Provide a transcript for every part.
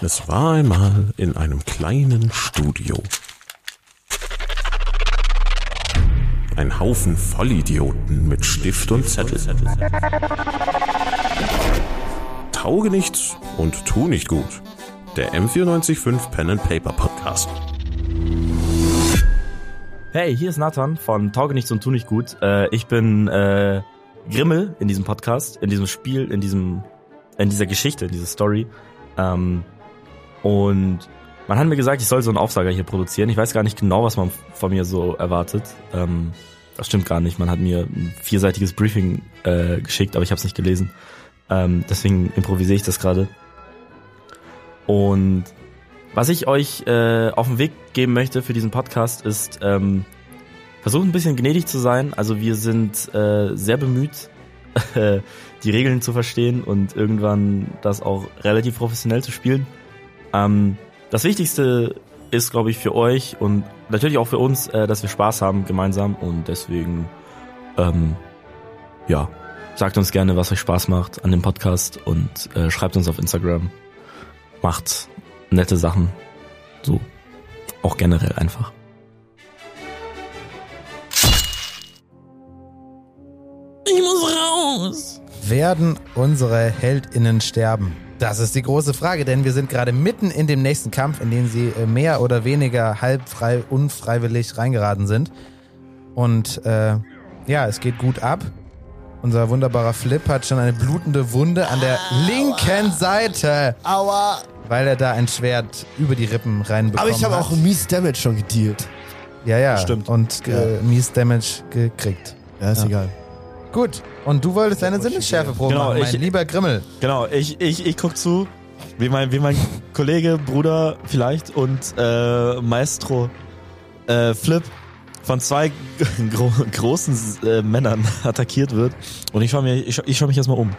Es war einmal in einem kleinen Studio. Ein Haufen Vollidioten mit Stift und Zettel. Tauge nichts und tu nicht gut. Der M945 Pen and Paper Podcast. Hey, hier ist Nathan von Tauge nichts und tu nicht gut. Äh, ich bin äh, Grimmel in diesem Podcast, in diesem Spiel, in diesem, in dieser Geschichte, in dieser Story. Ähm, und man hat mir gesagt, ich soll so einen Aufsager hier produzieren. Ich weiß gar nicht genau, was man von mir so erwartet. Ähm, das stimmt gar nicht. Man hat mir ein vierseitiges Briefing äh, geschickt, aber ich habe es nicht gelesen. Ähm, deswegen improvisiere ich das gerade. Und was ich euch äh, auf den Weg geben möchte für diesen Podcast ist, ähm, versucht ein bisschen gnädig zu sein. Also wir sind äh, sehr bemüht, äh, die Regeln zu verstehen und irgendwann das auch relativ professionell zu spielen. Ähm, das Wichtigste ist, glaube ich, für euch und natürlich auch für uns, äh, dass wir Spaß haben gemeinsam und deswegen, ähm, ja, sagt uns gerne, was euch Spaß macht an dem Podcast und äh, schreibt uns auf Instagram. Macht nette Sachen. So. Auch generell einfach. Ich muss raus. Werden unsere HeldInnen sterben? Das ist die große Frage, denn wir sind gerade mitten in dem nächsten Kampf, in den sie äh, mehr oder weniger halb frei, unfreiwillig reingeraten sind. Und äh, ja, es geht gut ab. Unser wunderbarer Flip hat schon eine blutende Wunde an der linken Seite, Aua. weil er da ein Schwert über die Rippen reinbekommen Aber ich habe hat. auch mies Damage schon gedealt. ja, ja, Stimmt. und äh, mies Damage gekriegt. Ja, ist Ja. egal. Gut, und du wolltest eine Sinnesschärfe-Probe Genau, machen, mein ich- lieber Grimmel. Genau, ich, ich, ich guck zu, wie mein, wie mein Kollege, Bruder vielleicht und äh, Maestro äh, Flip von zwei gro großen äh, Männern attackiert wird. Und ich schaue mir, ich, schau- ich schau mich erstmal um.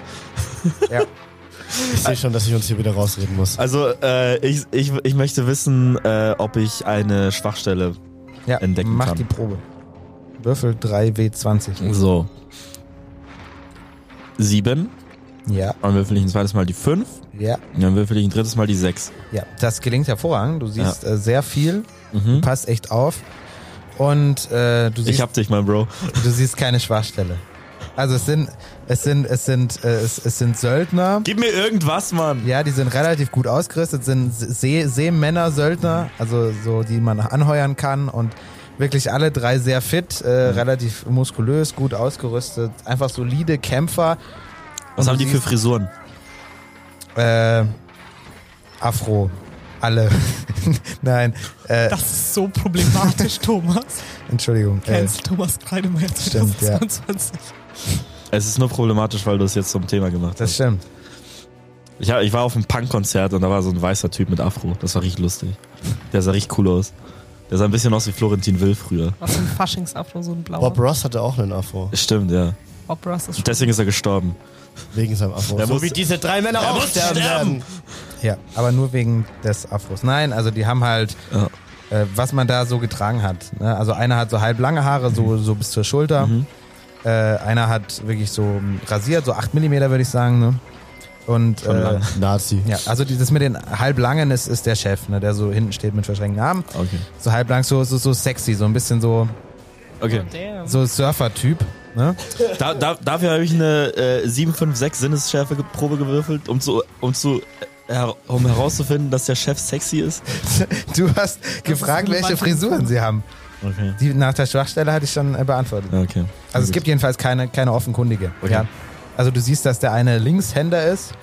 Ich sehe schon, dass ich uns hier wieder rausreden muss. Also, äh, ich, ich, ich möchte wissen, äh, ob ich eine Schwachstelle. Ja, entdecken mach kann. die Probe. Würfel 3W20. So. Sieben. Ja, Dann würfel ich ein zweites Mal die fünf. ja, Und dann würfel ich ein drittes Mal die sechs. ja. Das gelingt hervorragend. Du siehst äh, sehr viel, Mhm. passt echt auf. Und äh, du, Ich siehst, hab dich, mein Bro. du siehst keine Schwachstelle. Also es sind, es sind, es sind, äh, es, es sind Söldner. Gib mir irgendwas, Mann. Ja, die sind relativ gut ausgerüstet, sind See Seemänner, Söldner, also so, die man anheuern kann und wirklich alle drei sehr fit, äh, Mhm. relativ muskulös, gut ausgerüstet, einfach solide Kämpfer. Was Und haben du die für siehst- Frisuren? Äh, Afro. Alle. Nein. Äh, Das ist so problematisch, Thomas. Entschuldigung. Äh, Kennst Thomas Kreidemeier Stimmt, ja. 2022. Es ist nur problematisch, weil du es jetzt zum Thema gemacht das hast. stimmt. Ich, hab- ich war auf einem Punk-Konzert und da war so ein weißer Typ mit Afro. Das war richtig lustig. Der sah richtig cool aus. Der sah ein bisschen aus wie Florentin Will früher. Was für ein Faschingsafro, so ein blauer. Bob Ross hatte auch einen Afro. Stimmt, ja. Bob Ross ist schon. Deswegen ist er gestorben. Wegen seinem Afro. Der so muss- wie diese drei Männer Der auch muss sterben sterben. werden. Ja, aber nur wegen des Afros. Nein, also die haben halt, Ja. äh, was man da so getragen hat. Ne? Also einer hat so halb lange Haare, so, so bis zur Schulter. Äh, einer hat wirklich so mm, rasiert, so 8 Millimeter würde ich sagen. Ne? Und Schon äh, lang. Nazi. ja, also dieses mit den halblangen ist, ist der Chef, ne? der so hinten steht mit verschränkten Armen. Okay. So halblang, so, so, so sexy, so ein bisschen so, Okay. Damn. so Surfer-Typ. Ne? Da, da, dafür habe ich eine äh, 756 Sinnesschärfe-Probe gewürfelt, um zu, um zu äh, her- um herauszufinden, dass der Chef sexy ist. Du hast gefragt, eine welche Mannschaft. Frisuren sie haben. Okay. Die nach der Schwachstelle hatte ich schon äh, beantwortet. Okay. Also es gibt jedenfalls keine, keine offenkundige. Okay. Ja. Also du siehst, dass der eine Linkshänder ist,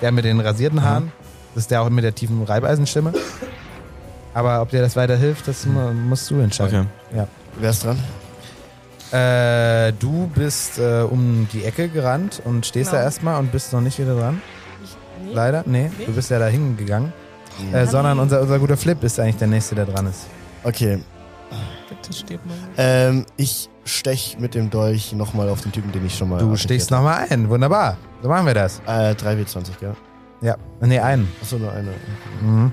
der mit den rasierten Haaren. Das ist der auch mit der tiefen Reibeisenstimme. Aber ob dir das weiterhilft, das mu- musst du entscheiden. Okay. Wer ist dran? Äh, du bist äh, um die Ecke gerannt und stehst Genau. da erstmal und bist noch nicht wieder dran. Nee. Leider. Nee, Nee. du bist ja da hingegangen. Äh, sondern unser, unser guter Flip ist eigentlich der nächste, der dran ist. Okay. Bitte stirb mal. Ähm, ich stech mit dem Dolch nochmal auf den Typen, den ich schon mal. Du attackiert stichst nochmal ein. Wunderbar. So machen wir das. Äh, 3W20, ja. Ja. Nee, einen. Achso, nur eine. Mhm.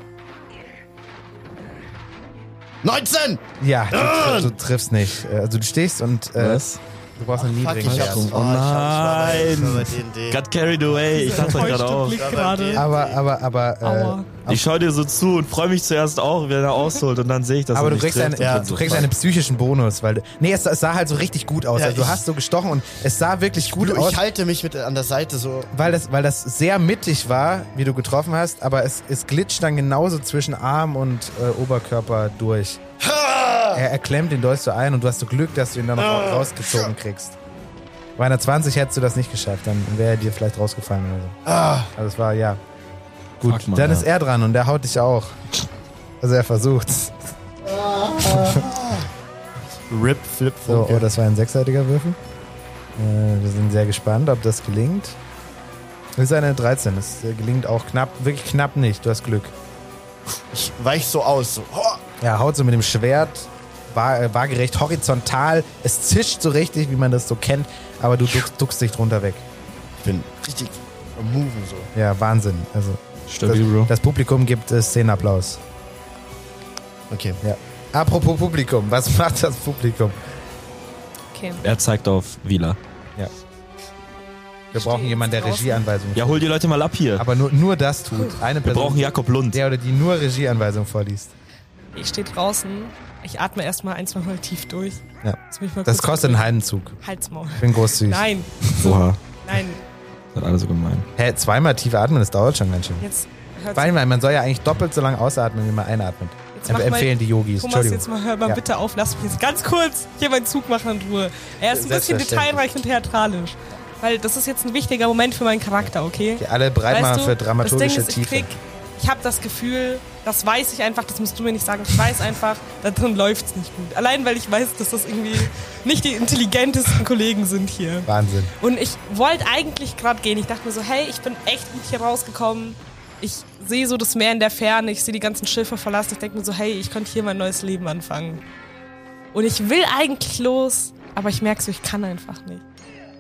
19! Ja, du, du triffst nicht. Also du stehst und äh, Was? Du brauchst einen Fuck, niedrigen ich hab's. Oh, Wert. ich hab- ich war bei- ich war bei Nein. D&D. Got carried away. Ich sag's euch gerade Enttäuschter auch. Blick gerade. Aber, aber, aber, äh, Aua. Ich schau dir so zu und freue mich zuerst auch, wenn er ausholt und dann sehe ich das. Also, aber du kriegst, einen, Ja. du kriegst einen psychischen Bonus, weil du, nee, es, es sah halt so richtig gut aus. Ja, also du ich- hast so gestochen und es sah wirklich gut Du, aus. ich halte mich mit an der Seite so. weil das, weil das sehr mittig war, wie du getroffen hast, aber es, es glitscht dann genauso zwischen Arm und äh, Oberkörper durch. Er, er klemmt den Dolch so ein und du hast so Glück, dass du ihn dann noch ra- rausgezogen kriegst. Bei einer 20 hättest du das nicht geschafft, dann wäre er dir vielleicht rausgefallen oder so. Also es war, ja. Gut, Fuck, Mann, dann ja. ist er dran und der haut dich auch. Also er versucht's. Rip, Flip, So, oh, das war ein sechsseitiger Würfel. Äh, wir sind sehr gespannt, ob das gelingt. Das ist eine 13. Das äh, gelingt auch knapp, wirklich knapp nicht. Du hast Glück. Ich weich so aus. So. Oh, Ja, haut so mit dem Schwert wa- äh, waagerecht horizontal. Es zischt so richtig, wie man das so kennt, aber du duckst, duckst dich drunter weg. ich bin richtig am Moven so. Ja, Wahnsinn. Also das, Stabil, Bro. das Publikum gibt äh, Szenenapplaus. Okay. Ja. Apropos Publikum, was macht das Publikum? Okay. Er zeigt auf Wieler. Wir brauchen jemanden, der draußen. Regieanweisungen Ja, hol die Leute mal ab hier. Aber nur, nur das tut. Eine Wir brauchen Person, Jakob Lund. der oder die nur Regieanweisungen vorliest. Ich stehe draußen. Ich atme erstmal ein, zwei Mal tief durch. Ja. Lass mich mal Das kurz- kostet einen halben Zug. Halsmaul. Ich bin großzügig. Nein, Oha. nein. Das hat alles so gemein. Hä, zweimal tief atmen, das dauert schon ganz schön. Jetzt hört Zweimal, man soll ja eigentlich doppelt so lange ausatmen, wie man einatmet. Jetzt Emp mach mal- empfehlen die Yogis. Thomas, Entschuldigung. jetzt mal hör mal Ja. bitte auf, lass mich jetzt ganz kurz hier meinen Zug machen in Ruhe. Er ist ein bisschen Selbstverständlich. detailreich und theatralisch. Weil das ist jetzt ein wichtiger Moment für meinen Charakter, okay? Okay, alle bereit mal weißt du, für dramaturgische das Ding ist, Tiefe. ich krieg, ich habe das Gefühl, das weiß ich einfach, das musst du mir nicht sagen. Ich weiß einfach, da drin läuft's nicht gut. Allein, weil ich weiß, dass das irgendwie nicht die intelligentesten Kollegen sind hier. Wahnsinn. Und ich wollte eigentlich gerade gehen. Ich dachte mir so, hey, ich bin echt gut hier rausgekommen. Ich sehe so das Meer in der Ferne, ich sehe die ganzen Schiffe verlassen. Ich denke mir so, hey, ich könnte hier mein neues Leben anfangen. Und ich will eigentlich los, aber ich merke so, ich kann einfach nicht.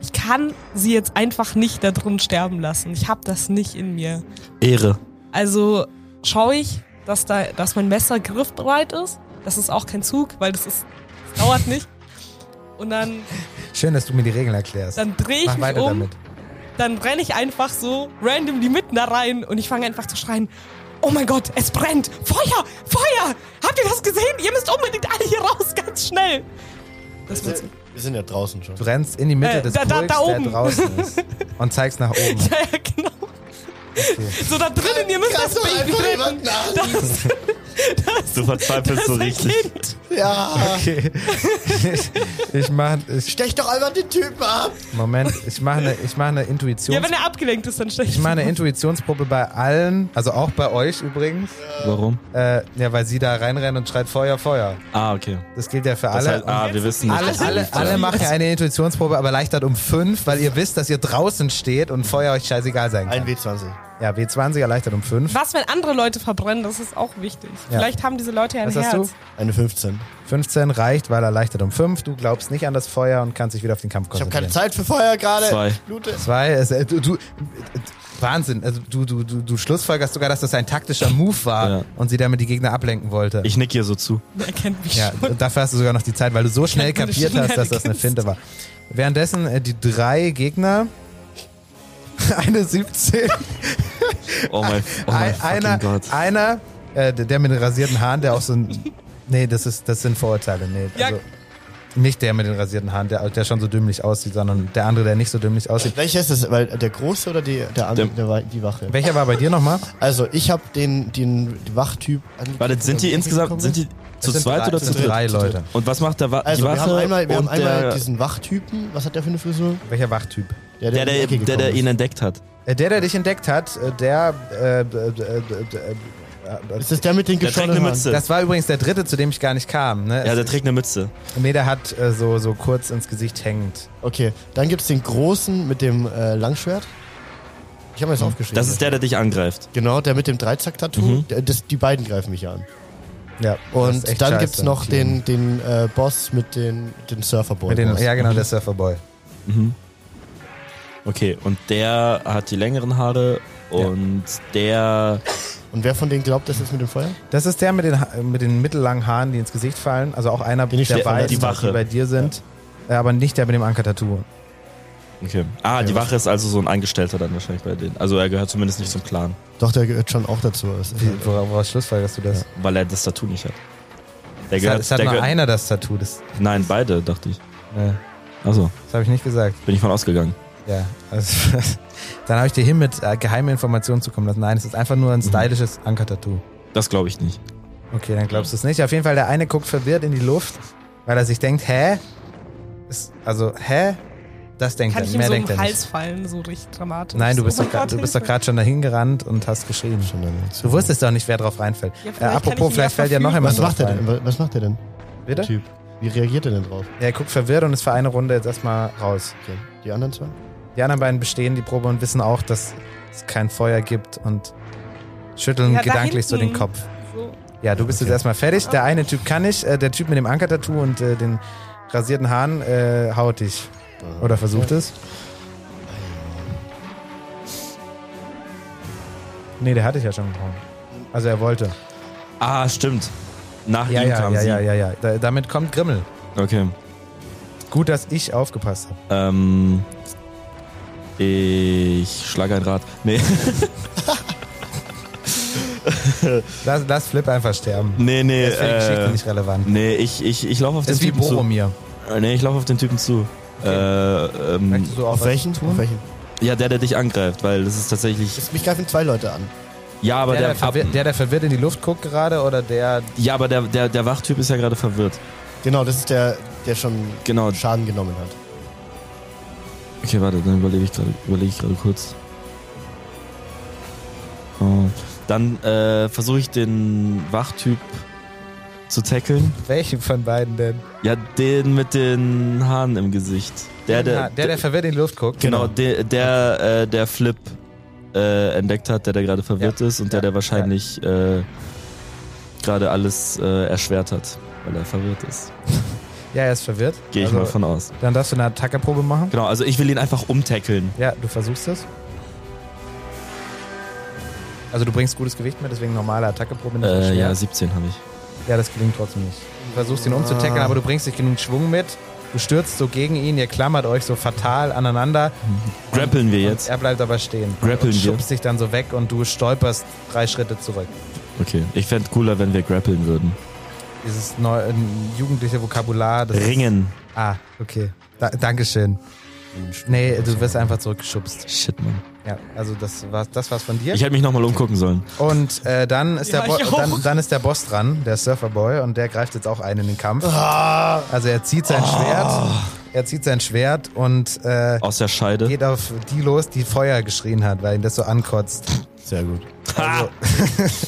Ich kann sie jetzt einfach nicht da drin sterben lassen. Ich habe das nicht in mir. Ehre. Also schaue ich, dass, da, dass mein Messer griffbereit ist. Das ist auch kein Zug, weil das ist, das dauert nicht. Und dann, Schön, dass du mir die Regeln erklärst. dann drehe ich Mach mich weiter um damit. dann renne ich einfach so random die mitten da rein und ich fange einfach zu schreien. Oh mein Gott, es brennt! Feuer! Feuer! Habt ihr das gesehen? Ihr müsst unbedingt alle hier raus, ganz schnell! Das Wir wird's. sind, wir sind ja draußen schon. Du rennst in die Mitte Äh, des da- da- Pulks, da der oben. draußen ist. Und zeigst nach oben. Ja, ja, genau. So da drinnen, ihr müsst das Kannst du Baby einfach retten! jemanden an- Das, das, Du verzweifelst das so ist ein richtig. Kind. Ja. Okay. Ich, ich mache ich, Stech doch einfach den Typen ab. Moment, ich mache eine, ich mach eine Intuitions... Ja, wenn er abgelenkt ist, dann stelle ich mache eine Intuitionsprobe bei allen, also auch bei euch übrigens. Warum? Äh, ja, weil sie da reinrennen und schreit Feuer, Feuer. Ah, okay. Das gilt ja für alle. Das heißt, ah, wir wissen nicht. Alle, dass Also er alle, nicht alle da- machen ja eine Intuitionsprobe, aber leichtert um fünf, weil ihr wisst, dass ihr draußen steht und Feuer euch scheißegal sein Ein kann. W20. Ja, W20 erleichtert um fünf. Was, wenn andere Leute verbrennen? Das ist auch wichtig. Ja. Vielleicht haben diese Leute ja ein Was Herz. hast du? Eine 15. 15 reicht, weil erleichtert um fünf. Du glaubst nicht an das Feuer und kannst dich wieder auf den Kampf Ich habe konzentrieren. keine Zeit für Feuer gerade. Zwei. Ich blute. Zwei, es, äh, du, du, äh, Wahnsinn. Also du, du, du, du schlussfolgerst sogar, dass das ein taktischer Move war Ja. und sie damit die Gegner ablenken wollte. Ich nick ihr so zu. Er kennt mich Ja, schon. dafür hast du sogar noch die Zeit, weil du so schnell Keine kapiert hast, dass das eine Finte war. Währenddessen äh, die drei Gegner. Eine 17. Oh mein, oh mein Ein- fucking einer, Gott. einer äh, der der mit den rasierten Haaren, der auch so ein. Nee, das, ist, das sind Vorurteile. Nee, Ja. also, nicht der mit den rasierten Haaren, der, der schon so dümmlich aussieht, sondern der andere, der nicht so dümmlich aussieht. Welcher ist das? Weil der große oder die, der andere, Der- der, Wa- die Wache? Welcher war bei dir nochmal? Also, ich habe den, den Wachtyp. Warte, sind Äh, die insgesamt, sind die zu Es sind zweit drei, oder es zu sind dritt? drei Leute. Und was macht der Wa Also, die wir haben Wache einmal, wir haben und einmal der, diesen Wachtypen. Was hat der für eine Frisur? Welcher Wachtyp? der, um die der, Ecke der, der gekommen ihn entdeckt hat? Äh, Der, der dich entdeckt hat, äh, der. Äh, d- d- d- d- äh, ist. Ist das der mit den Der trägt eine geschorenen Haaren? Mütze. das war übrigens der dritte, zu dem ich gar nicht kam. Ne? ja, Es- der trägt eine Mütze. Nee, der hat äh, so, so kurz ins Gesicht hängend. Okay, dann gibt's den großen mit dem äh, Langschwert. Ich habe mir das aufgeschrieben. Das ist der, der dich angreift. Genau, der mit dem Dreizack-Tattoo. Der- Das, die beiden greifen mich an. Ja, das ist Und echt dann scheiße. gibt's noch den, den äh, Boss mit den, den Surferboy. Mit Oh den, Boss. Mhm. ja, genau, der Surferboy. Okay, und der hat die längeren Haare und der. Und wer von denen glaubt, das ist mit dem Feuer? Das ist der mit den, Ha- mit den mittellangen Haaren, die ins Gesicht fallen. Also auch einer Den ich der schnell- beiden, die die Wache. bei dir sind. Äh, aber nicht der mit dem Anker-Tattoo. Okay. Ah, die Wache ist also so ein Angestellter dann wahrscheinlich bei denen. Also er gehört zumindest nicht zum Clan, Doch, der gehört schon auch dazu. Das ist halt- Woraus woraus schlussfolgerst du das? weil er das Tattoo nicht hat. Der Es hat, gehört, es hat der nur gehört, einer das Tattoo. Das, nein, beide, dachte ich. äh, Achso, das habe ich nicht gesagt. bin ich von ausgegangen. Ja, also, dann habe ich dir hin mit äh, geheime Informationen zukommen lassen. Nein, es ist einfach Mhm. nur ein stylisches Anker-Tattoo. Das glaube ich nicht. Okay, dann glaubst du es nicht. Auf jeden Fall, der eine guckt verwirrt in die Luft, weil er sich denkt, hä? Ist, also, hä? Das denkt Kann er, ich ihm mehr so denkt im er Hals nicht. fallen, so richtig dramatisch. Nein, du bist oh doch, gra- Gott, du bist doch Hilfe. gerade schon dahin gerannt und hast geschrien. Schon dann dazu. Du wusstest doch halt nicht, wer drauf reinfällt. Ja, äh, vielleicht kann ich ihn apropos, ja vielleicht fällt ja noch verführen. jemand Was macht drauf er denn? rein. Was macht er denn? Der Bitte? Typ. Wie reagiert er denn drauf? Er guckt verwirrt und ist für eine Runde jetzt erstmal raus. Okay. Die anderen zwei? Die anderen beiden bestehen die Probe und wissen auch, dass es kein Feuer gibt und schütteln Ja, da gedanklich so den hinten. Kopf. So. Ja, du bist jetzt erstmal fertig. Der eine Typ kann ich, äh, der Typ mit dem Anker-Tattoo und äh, den rasierten Haaren äh, haut dich. Oder versucht es. Nee, der hatte ich ja schon gehauen. Also er wollte. Ah, stimmt. Nach Ja, ihm ja, kam ja, sie. ja, ja, ja. Da, damit kommt Grimmel. Okay. Gut, dass ich aufgepasst habe. Ähm, ich schlage ein Rad. Nee, Lass, lass Flip einfach sterben. nee, nee. Das ist für die Geschichte Äh, nicht relevant. nee, ich, ich, ich laufe auf Das den ist wie Typen zu. Boromir. Äh, Nee, ich laufe auf den Typen zu. Äh, ähm, Möchtest du auch Auf was welchen? tun? Auf welchen? ja, der, der dich angreift, weil das ist tatsächlich. Das, mich greifen zwei Leute an. Ja, aber der, der, der, verwirrt, der, der verwirrt in die Luft guckt gerade oder der. ja, aber der, der, der Wachtyp ist ja gerade verwirrt. Genau, das ist der, der schon Genau. Schaden genommen hat. Okay, warte, dann überlege ich gerade, überlege ich gerade kurz. Oh. Dann äh, versuche ich den Wachtyp zu tackeln. Welchen von beiden denn? Ja, den mit den Haaren im Gesicht. Der, der, der, der, der verwirrt in die Luft guckt. genau, der, der, äh, der Flip äh, entdeckt hat, der da gerade verwirrt ist und ja, der, der wahrscheinlich äh, gerade alles äh, erschwert hat, weil er verwirrt ist. Ja, er ist verwirrt. Gehe ich also, mal von aus. Dann darfst du eine Attackerprobe machen. Genau, also ich will ihn einfach umtackeln. Ja, du versuchst es. Also du bringst gutes Gewicht mit, deswegen normale Attackeprobe nicht so Äh, schwer. ja, 17 habe ich. ja, das gelingt trotzdem nicht. Du versuchst ihn umzutackeln, Ah. aber du bringst nicht genug Schwung mit. Du stürzt so gegen ihn, ihr klammert euch so fatal aneinander. Grappeln wir jetzt. Er bleibt aber stehen. Grappeln und wir. schubst dich dann so weg und du stolperst drei Schritte zurück. Okay. Ich fände cooler, wenn wir grappeln würden. Dieses neu, äh, jugendliche Vokabular. Das Ringen. Ist, ah, okay. Da, Dankeschön. Nee, du wirst einfach zurückgeschubst. Shit, Mann. Ja, also das war's, das war's von dir. Ich hätte mich nochmal umgucken sollen. Und äh, dann, ist Ja, der Bo ich auch. dann, dann ist der Boss dran, der Surferboy, und der greift jetzt auch ein in den Kampf. Ah. Also er zieht sein Schwert, er zieht sein Schwert und äh, Aus der Scheide. geht auf die los, die Feuer geschrien hat, weil ihn das so ankotzt. Sehr gut. Ha! Also,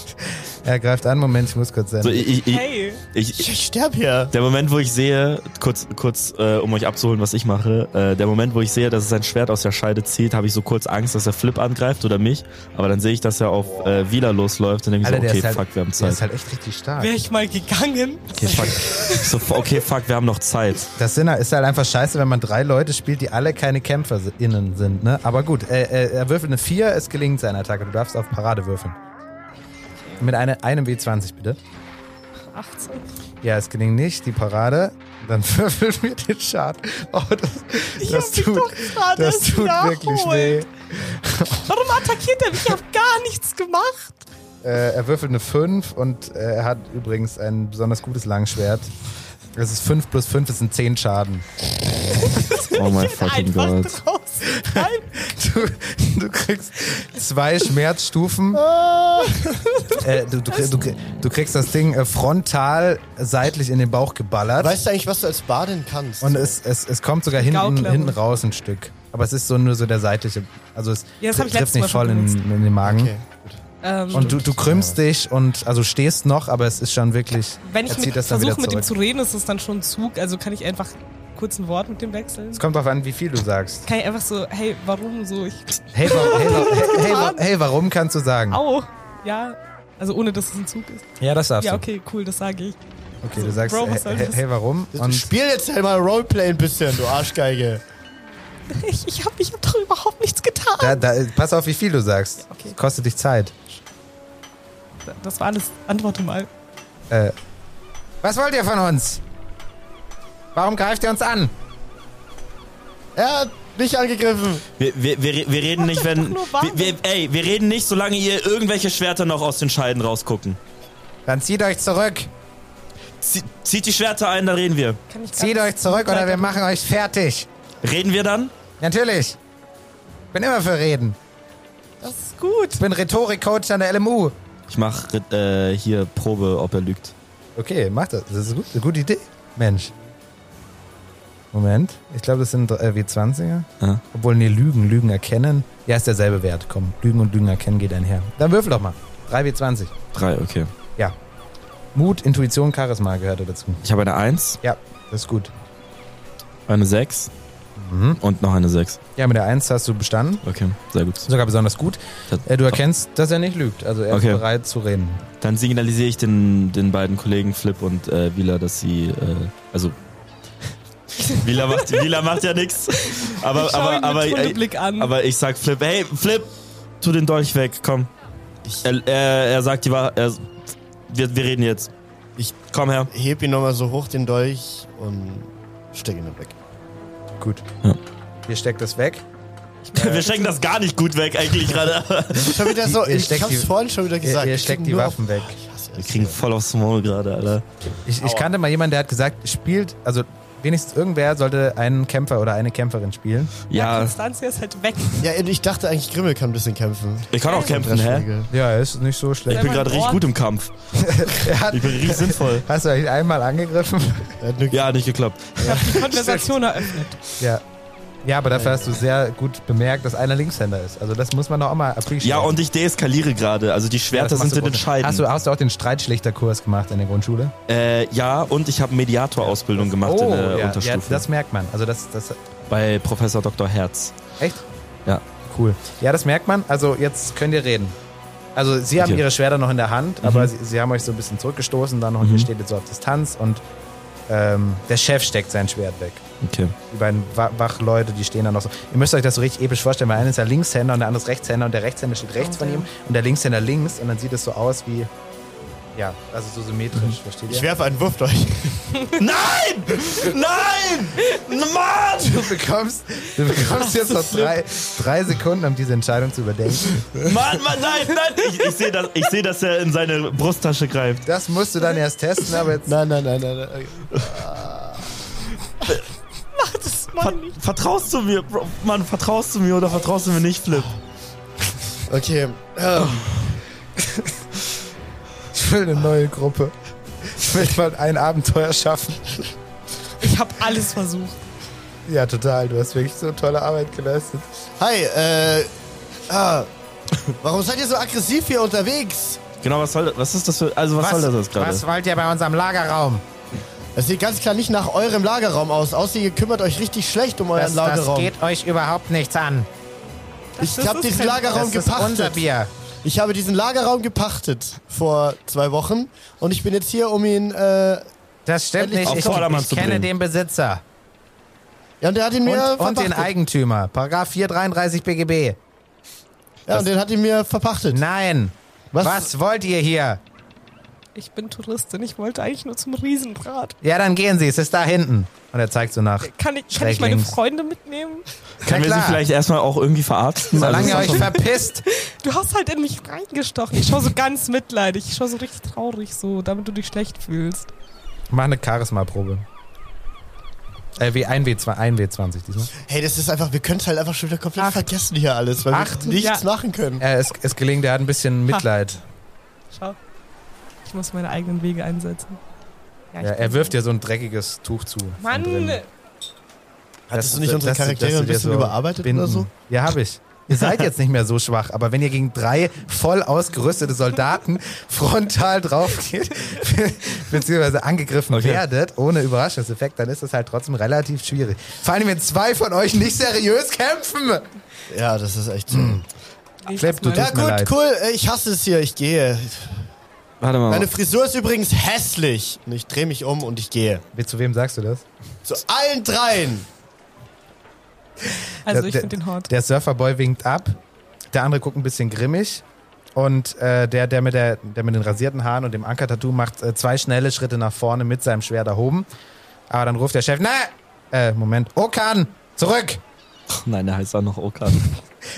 Er greift an, Moment, ich muss kurz sein. Ah. So, Also, ich, ich, ich, Hey, ich, Ich, ich sterb hier. Der Moment, wo ich sehe, kurz, kurz äh, um euch abzuholen, was ich mache, äh, der Moment, wo ich sehe, dass es sein Schwert aus der Scheide zieht, habe ich so kurz Angst, dass er Flip angreift oder mich. Aber dann sehe ich, dass er auf äh, Wieler losläuft und denke Alter, ich der, so, okay, ist halt, fuck, wir haben der Zeit. ist halt echt richtig stark. wäre ich mal gegangen. okay, fuck. Ich so, okay, fuck, wir haben noch Zeit. Das sind, ist halt einfach scheiße, wenn man drei Leute spielt, die alle keine Kämpfer si- innen sind. Ne? Aber gut, äh, äh, er würfelt eine 4, es gelingt seine Attacke. Du darfst auf Parade würfeln. Mit eine, einem W20 bitte. 18. Ja, es gelingt nicht, die Parade. Dann würfeln wir den Schaden. Oh, das, das mich tut, doch gerade das erst tut wirklich weh. nachgeholt. Warum attackiert er mich? Ich habe gar nichts gemacht. Äh, er würfelt eine 5 und äh, er hat übrigens ein besonders gutes Langschwert. Das ist 5 plus 5, das sind 10 Schaden. Oh mein Ich bin fucking einfach Gott. draußen. Nein, Du, du kriegst zwei Schmerzstufen. äh, du, du, du, du kriegst das Ding äh, frontal seitlich in den Bauch geballert. Weißt du eigentlich, was du als Badin kannst? und es, es, es kommt sogar hinten, Gaukler. hinten raus ein Stück. Aber es ist so nur so der seitliche. Also es Ja, das hab ich trifft letztes nicht Mal schon voll in, benutzt. in den Magen. okay. Ähm, Und du, du krümmst dich und also stehst noch, aber es ist schon wirklich. wenn ich er zieht mit, das dann wieder versuche, zurück. mit ihm zu reden, ist es dann schon ein Zug. Also kann ich einfach kurz ein Wort mit dem wechseln. es kommt drauf an, wie viel du sagst. Kann ich einfach so, hey, warum so? Ich, Hey, wa hey, wa hey, hey, wa hey, warum kannst du sagen? au, ja. Also ohne, dass es ein Zug ist. Ja, das darfst Ja, okay, cool, das sage ich. du. Okay, du sagst, Bro, was hey, soll hey, das? hey, warum? Und Spiel jetzt halt mal Roleplay ein bisschen, du Arschgeige. Ich, ich habe ich hab doch überhaupt nichts getan. Da, da, pass auf, wie viel du sagst. Ja, okay. Es Kostet dich Zeit. Das war alles. Antworte mal. Äh, was wollt ihr von uns? Warum greift ihr uns an? Er hat mich angegriffen. Wir, wir, wir, wir reden nicht, wenn. nur Wahnsinn. Wir, wir, ey, wir reden nicht, solange ihr irgendwelche Schwerter noch aus den Scheiden rausgucken. Dann zieht euch zurück. Zie- Zieht die Schwerter ein, dann reden wir. Kann ich gar Zieht nicht euch zurück oder wir weiter- machen euch fertig. Reden wir dann? Natürlich. Bin immer für Reden. Das ist gut. Ich bin Rhetorik-Coach an der LMU. Ich mach äh, hier Probe, ob er lügt. Okay, mach das. Das ist gut. eine gute Idee. Mensch. Moment. Ich glaube, das sind äh, wie 20er. Ja. Obwohl, nee, Lügen, Lügen erkennen. Ja, ist derselbe Wert. Komm, Lügen und Lügen erkennen geht einher. Dann würfel doch mal. 3 wie 20. Drei, okay. Mut, Intuition, Charisma gehörte dazu. Ich habe eine Eins, Das ist gut. eine Sechs Mhm. und noch eine Sechs. Ja, mit der 1 hast du bestanden. Okay, sehr gut. Sogar besonders gut. Das- Äh, du erkennst, dass er nicht lügt. Also er Okay. ist bereit zu reden. Dann signalisiere ich den, den beiden Kollegen Flip und äh, Wieler, dass sie. Äh, also. Wieler macht, Wieler macht ja nichts. Aber, Ich schau ihn aber, mit aber, äh, Hundeblick an. aber ich sag Flip: Hey, Flip, tu den Dolch weg, komm. Er, er, er sagt die Wahrheit. Er, wir, wir reden jetzt. Ich- komm her. Heb ihn nochmal so hoch, den Dolch, und steck ihn dann weg. Gut. Ja. Hier steckt das weg. Wir stecken das gar nicht gut weg, eigentlich gerade. Schon wieder so, Ihr- ihr ich steckt hab's die- vorhin schon wieder Ihr, gesagt. ihr wir steckt kriegen die nur Waffen auf- weg. Ich hasse Wir es. kriegen voll aufs Maul gerade, Alter. Ich, ich Aua. kannte mal jemanden, der hat gesagt, spielt, also wenigstens irgendwer sollte einen Kämpfer oder eine Kämpferin spielen. Ja, Konstanzia ist halt weg. Ja, und ich dachte eigentlich, Grimmel kann ein bisschen kämpfen. ich kann auch kämpfen, hä? Brettschläge. Ja, ist nicht so Ich schlecht. bin gerade richtig gut im Kampf. Er hat, Ich bin richtig sinnvoll. hast du euch einmal angegriffen? Er hat nur Ja, hat nicht geklappt. Ich habe die Konversation eröffnet. ja. Ja, aber dafür hast du sehr gut bemerkt, dass einer Linkshänder ist. Also das muss man doch auch mal appreciaten. Ja, und ich deeskaliere gerade. Also die Ja, das Schwerter machst sind du in den gut. Scheiden. Hast du, hast du auch den Streitschlichterkurs gemacht in der Grundschule? Oh, Äh, ja, und ich habe Mediatorausbildung gemacht in der ja, ja, Unterstufe. das merkt man. Also das, das, bei Professor Dr. Herz. Echt? Ja. Cool. Ja, das merkt man. Also jetzt könnt ihr reden. Also sie haben Okay. Mhm. ihre Schwerter noch in der Hand, aber sie, sie haben euch so ein bisschen zurückgestoßen dann und ihr steht jetzt so auf Distanz und ähm, der Chef steckt sein Schwert weg. Okay. Die beiden Wa- Wachleute, die stehen dann noch so. Ihr müsst euch das so richtig episch vorstellen, weil einer ist ja Linkshänder und der andere ist Rechtshänder und der Rechtshänder steht rechts von ihm und der Linkshänder links und dann sieht es so aus wie, ja, also so symmetrisch, versteht ihr? Ich werfe einen Wurf durch. Nein! Nein! Mann! Du bekommst, du bekommst jetzt noch drei, drei Sekunden, um diese Entscheidung zu überdenken. Mann, Mann, nein, nein! Ich, ich sehe, dass, ich seh, dass er in seine Brusttasche greift. Das musst du dann erst testen, aber jetzt Nein, nein, nein, nein. nein. Ver vertraust du mir, Bro? Mann, vertraust du mir oder vertraust du mir nicht, Flip? Okay. ähm, Ich will eine neue Gruppe. Ich will mal ein Abenteuer schaffen. Ich habe alles versucht. Ja, total. Du hast wirklich so tolle Arbeit geleistet. Hi, äh. Ah, warum seid ihr so aggressiv hier unterwegs? Genau, was soll Was ist das für. Also, was, soll das jetzt gerade? wollt ihr bei unserem Lagerraum? Es sieht ganz klar nicht nach eurem Lagerraum aus. Außer ihr kümmert euch richtig schlecht um euren Lagerraum. euch überhaupt nichts an. Ich Das habe ist diesen kein- Lagerraum gepachtet. Bier. Ich habe diesen Lagerraum gepachtet vor zwei Wochen und ich bin jetzt hier, um ihn. Äh, Das stimmt Endlich auf Vordermann zu bringen. den Besitzer ja, und der hat ihn mir und, und verpachtet. den Eigentümer. Paragraph 433 BGB. ja, und den hat ihn mir verpachtet. Nein. Was? Was wollt ihr hier? Ich bin Touristin. Ich wollte eigentlich nur zum Riesenrad. Ja, dann gehen Sie. Es ist da hinten. Und er zeigt so nach. Kann ich, kann Schräg ich meine links. Freunde mitnehmen? Können Na wir sie klar. vielleicht erstmal auch irgendwie verarzten? Solange ihr Also, euch verpisst. Du hast halt in mich reingestochen. Ich schaue so ganz mitleidig. Ich schaue so richtig traurig so, damit du dich schlecht fühlst. Mach eine Charisma-Probe. Äh, wie 1W20, 1W20 diesmal. Hey, das ist einfach, wir können es halt einfach schon wieder komplett Acht. vergessen hier alles, weil Acht. wir nichts Ja. machen können. Äh, es, es gelingt, er hat ein bisschen Mitleid. Schau. Ich muss meine eigenen Wege einsetzen. Ja, er wirft dir so ein dreckiges Tuch zu. von Mann, drinnen. Hattest Das- du nicht unsere das- das- Charaktere dass ein du dir bisschen so überarbeitet binden. oder so? Ja, habe ich. Ihr seid jetzt nicht mehr so schwach, aber wenn ihr gegen drei voll ausgerüstete Soldaten frontal drauf geht, beziehungsweise angegriffen Okay. werdet, ohne Überraschungseffekt, dann ist das halt trotzdem relativ schwierig. Vor allem, wenn zwei von euch nicht seriös kämpfen. Ja, das ist echt so. ich Clap, du Ja tust Hm. mir gut, leid. cool, äh, ich hasse es hier, ich gehe. warte Oh. mal. Meine Frisur ist übrigens hässlich. Und ich drehe mich um und ich gehe. Wie, Zu wem sagst du das? Zu allen dreien. Also Der- ich der- finde den Hort. Der Surferboy winkt ab, der andere guckt ein bisschen grimmig und äh, der, der, mit der, der mit den rasierten Haaren und dem Anker-Tattoo macht äh, zwei schnelle Schritte nach vorne mit seinem Schwert erhoben. Aber dann ruft der Chef, na, äh, Moment, Okan, zurück! Nein, der heißt auch noch Okan.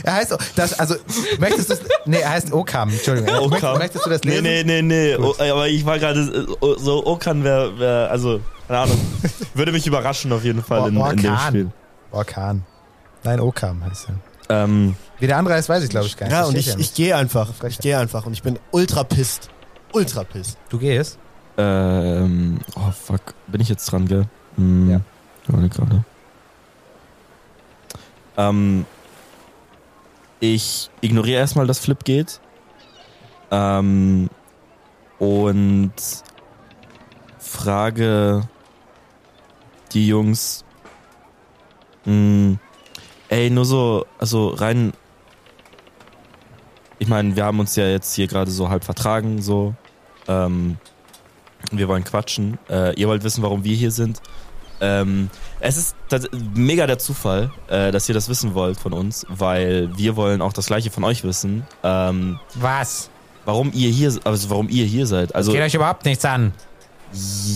Er heißt, auch- das, also, möchtest du es, nee, er heißt Okam, Entschuldigung. Okam. Möchtest, möchtest du das Nee, lesen? nee, nee, nee. O, aber ich war gerade äh, o- so, Okan wäre, wär, also, keine Ahnung. Würde mich überraschen auf jeden Fall in, O- in dem Orkan. Spiel. Orkan. Nein, Okam heißt er. Ähm, Wie der andere heißt, weiß ich glaube ich gar nicht. Ja, Das und steht ich, ja ich nicht. gehe einfach. Ich Frechheit. gehe einfach und ich bin ultra pissed. Ultra pissed. du gehst? ähm, oh fuck. Bin ich jetzt dran, gell? Hm, Ja. ich überlege gerade. Ähm, ich ignoriere erstmal, dass Flip geht. Ähm, und frage die Jungs, mh, ey, nur so, also rein, ich meine, wir haben uns ja jetzt hier gerade so halb vertragen, so, ähm, wir wollen quatschen, äh, ihr wollt wissen, warum wir hier sind. Ähm, es ist tats- mega der Zufall, äh, dass ihr das wissen wollt von uns, weil wir wollen auch das Gleiche von euch wissen. Ähm, Was? warum ihr hier, also warum ihr hier seid. Also Geht halt euch überhaupt nichts an.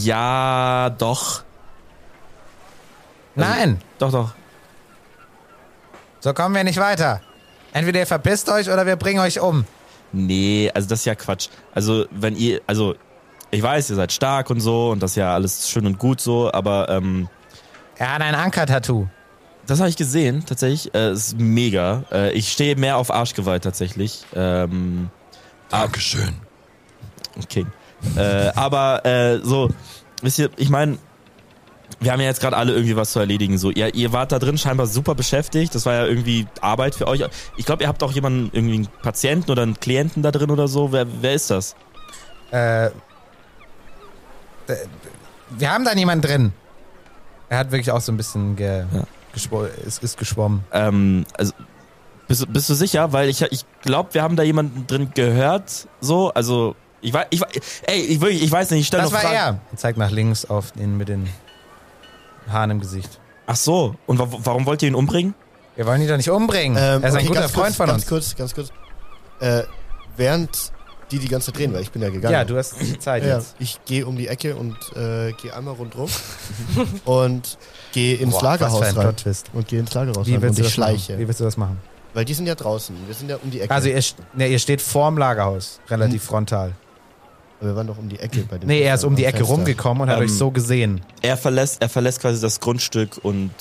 ja, doch, Also Nein, doch, doch. so kommen wir nicht weiter. Entweder ihr verpisst euch oder wir bringen euch um. Nee, also das ist ja Quatsch. Also wenn ihr, also ich weiß, ihr seid stark und so und das ist ja alles schön und gut so, aber ähm, Er hat ein Anker-Tattoo. das habe ich gesehen tatsächlich. Äh, ist mega. Äh, ich stehe mehr auf Arschgewalt tatsächlich. Ähm, Dankeschön. King. äh, aber äh, so, wisst ihr, ich meine, wir haben ja jetzt gerade alle irgendwie was zu erledigen. So, ihr, ihr wart da drin scheinbar super beschäftigt. Das war ja irgendwie Arbeit für euch. Ich glaube, ihr habt auch jemanden, irgendwie einen Patienten oder einen Klienten da drin oder so. Wer, wer ist das? Äh, d- wir haben da niemanden drin. Er hat wirklich auch so ein bisschen ge Ja. geschwo ist, ist geschwommen. Ähm, also, bist, du- bist du sicher? Weil ich, ich glaube, wir haben da jemanden drin gehört. So, also, ich weiß, ich, wei- ey, ich, wirklich, ich weiß nicht, ich stelle Das noch war Fragen. er. Er zeigt nach links auf ihn mit den Haaren im Gesicht. Ach so, und wa warum wollt ihr ihn umbringen? Wir wollen ihn doch nicht umbringen. Ähm, Hm. er ist ein okay, guter ganz Freund kurz, von ganz uns. Kurz, ganz kurz. Äh, während die die ganze Zeit drehen, weil ich bin ja gegangen. Ja, du hast die Zeit Ja, jetzt. ich gehe um die Ecke und äh, gehe einmal rundrum und gehe ins Boah, was Lagerhaus für ein rein. Plot-Twist. Und gehe ins Lagerhaus Wie rein willst, und du ich das schleiche. machen? Wie willst du das machen? Weil die sind ja draußen, wir sind ja um die Ecke. Also ihr, st- nee, ihr steht vorm Lagerhaus, relativ Hm. frontal. Aber wir waren doch um die Ecke bei dem. Nee, er ist um die Ecke Fenster. rumgekommen und hat Ähm. euch so gesehen. Er verlässt, er verlässt quasi das Grundstück und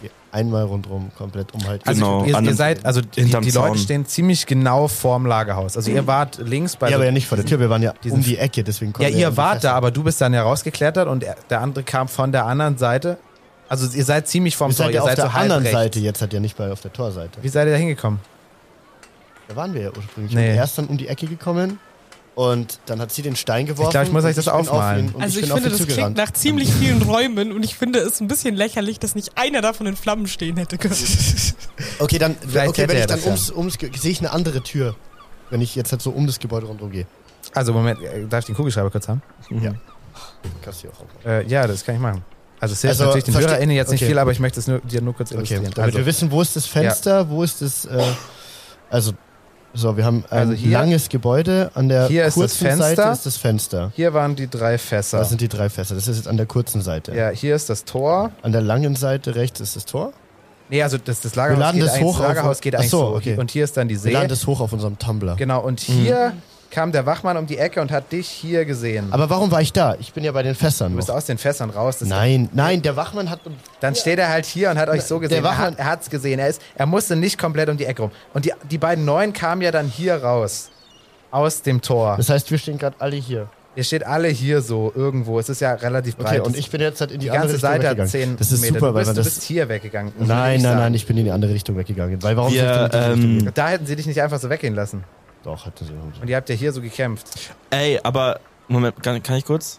Geh Einmal rundrum, komplett umhalten. Also Genau, ihr, an ihr dem- seid, also die, hinterm die Zaun. Leute stehen ziemlich genau vorm Lagerhaus. Also ihr wart links bei Mhm. ja, so aber ja nicht vor der Tür, wir waren ja diesen- um die Ecke, deswegen Ja, konnten wir ihr wart da, aber. aber du bist dann ja rausgeklettert und er- der andere kam von der anderen Seite. Also ihr seid ziemlich vom Ihr Tor, seid ja ihr auf seid der so halb anderen rechts. Seite, jetzt hat ja nicht bei auf der Torseite. Wie seid ihr da hingekommen? Da waren wir ja ursprünglich. Nee. Nee. Erst dann um die Ecke gekommen und dann hat sie den Stein geworfen. glaub, ich muss und euch das bin auf aufmalen. ihn- und Also ich, bin auf finde, ihn das klingt zugerannt. nach ziemlich vielen Räumen und ich finde es ein bisschen lächerlich, dass nicht einer davon in Flammen stehen hätte können. Okay, dann Vielleicht okay, hätte wenn er ich dann das ja. ums, ums Ge- sehe ich eine andere Tür, wenn ich jetzt halt so um das Gebäude rundherum gehe. Also Moment, äh, darf ich den Kugelschreiber kurz haben? Kannst du auch aufmachen. Äh, ja, das kann ich machen. Also es hilft Also, natürlich den verste- HörerInnen jetzt nicht okay. viel, aber ich möchte es nur, dir nur kurz Okay, illustrieren. damit also, wir wissen, wo ist das Fenster, wo ist das äh, also so, wir haben ein Also hier- langes Gebäude an der Hier ist das kurzen Seite Fenster. ist das Fenster. hier waren die drei Da Fässer. Das sind die drei Fässer. Das ist jetzt an der kurzen Seite. ja, hier ist das Tor. An der langen Seite rechts ist das Tor. Nee, also das, das Lagerhaus, Wir laden geht, das eigentlich, hoch auf- Lagerhaus geht eigentlich Ach so, so. okay. Und hier ist dann die Wir See. laden das hoch auf unserem Tumblr. Genau, und Mhm. hier kam der Wachmann um die Ecke und hat dich hier gesehen. Aber warum war ich da? Ich bin ja bei den Fässern. du bist noch. aus den Fässern raus. Das Nein, nein, der Wachmann hat uns Dann steht er halt hier und hat euch so gesehen. Er, der Wachmann- hat, er hat's gesehen. Er, ist, er musste nicht komplett um die Ecke rum. Und die, die beiden Neuen kamen ja dann hier raus. Aus dem Tor. Das heißt, wir stehen gerade alle hier. Ihr steht alle hier so irgendwo. Es ist ja relativ Okay, breit. und ich bin jetzt halt in die, die andere ganze Richtung Seite hat weggegangen. 10 das ist Meter. super, du, weil bist, man du das. bist hier Also weggegangen. Das will nein, ich nein, sagen. nein, ich bin in die andere Richtung weggegangen. Weil warum Wir, soll ich denn in die ähm, Richtung gehen? Da hätten sie dich nicht einfach so weggehen lassen. Doch, hat das irgendwie. Und ihr habt ja hier so gekämpft. Ey, aber Moment, kann, kann ich kurz?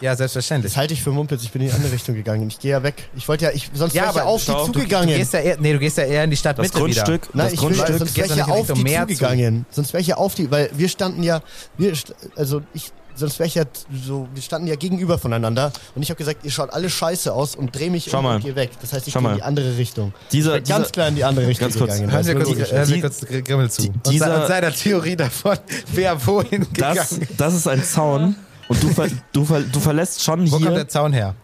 Ja, Das selbstverständlich. halte ich für Mumpitz, ich bin in die andere Richtung gegangen. Ich gehe ja weg. Ich wollte ja, ich, sonst Ja, wäre ich ja aber auf schau, die du- Du zugegangen. gehst ja eher, nee, du gehst ja eher in die Das Stadtmitte wieder. Grundstück, Nein, das ich will, Grundstück. Grundstück sonst geht wäre doch ich ja nicht auf Richtung die Meer zu. zugegangen. Sonst wäre ich ja auf die, weil wir standen ja, wir, st- also ich, sonst wäre ich ja so, wir standen ja gegenüber voneinander und ich habe gesagt, ihr schaut alle scheiße aus und dreh mich Schau um mal. und geh weg. Das heißt, ich Schau gehe mal. in die andere Richtung. dieser, Ich bin ganz dieser, klar in die andere Richtung Ganz kurz. gegangen. Also Hören wir Das ist kurz, logisch. hören wir Die- kurz Gr- Grimmel zu. die- und, se dieser- und seiner Theorie davon, wer wohin gegangen das, das ist ein Zaun und du, ver, du, ver, du verlässt schon Wo kommt hier. der Zaun her?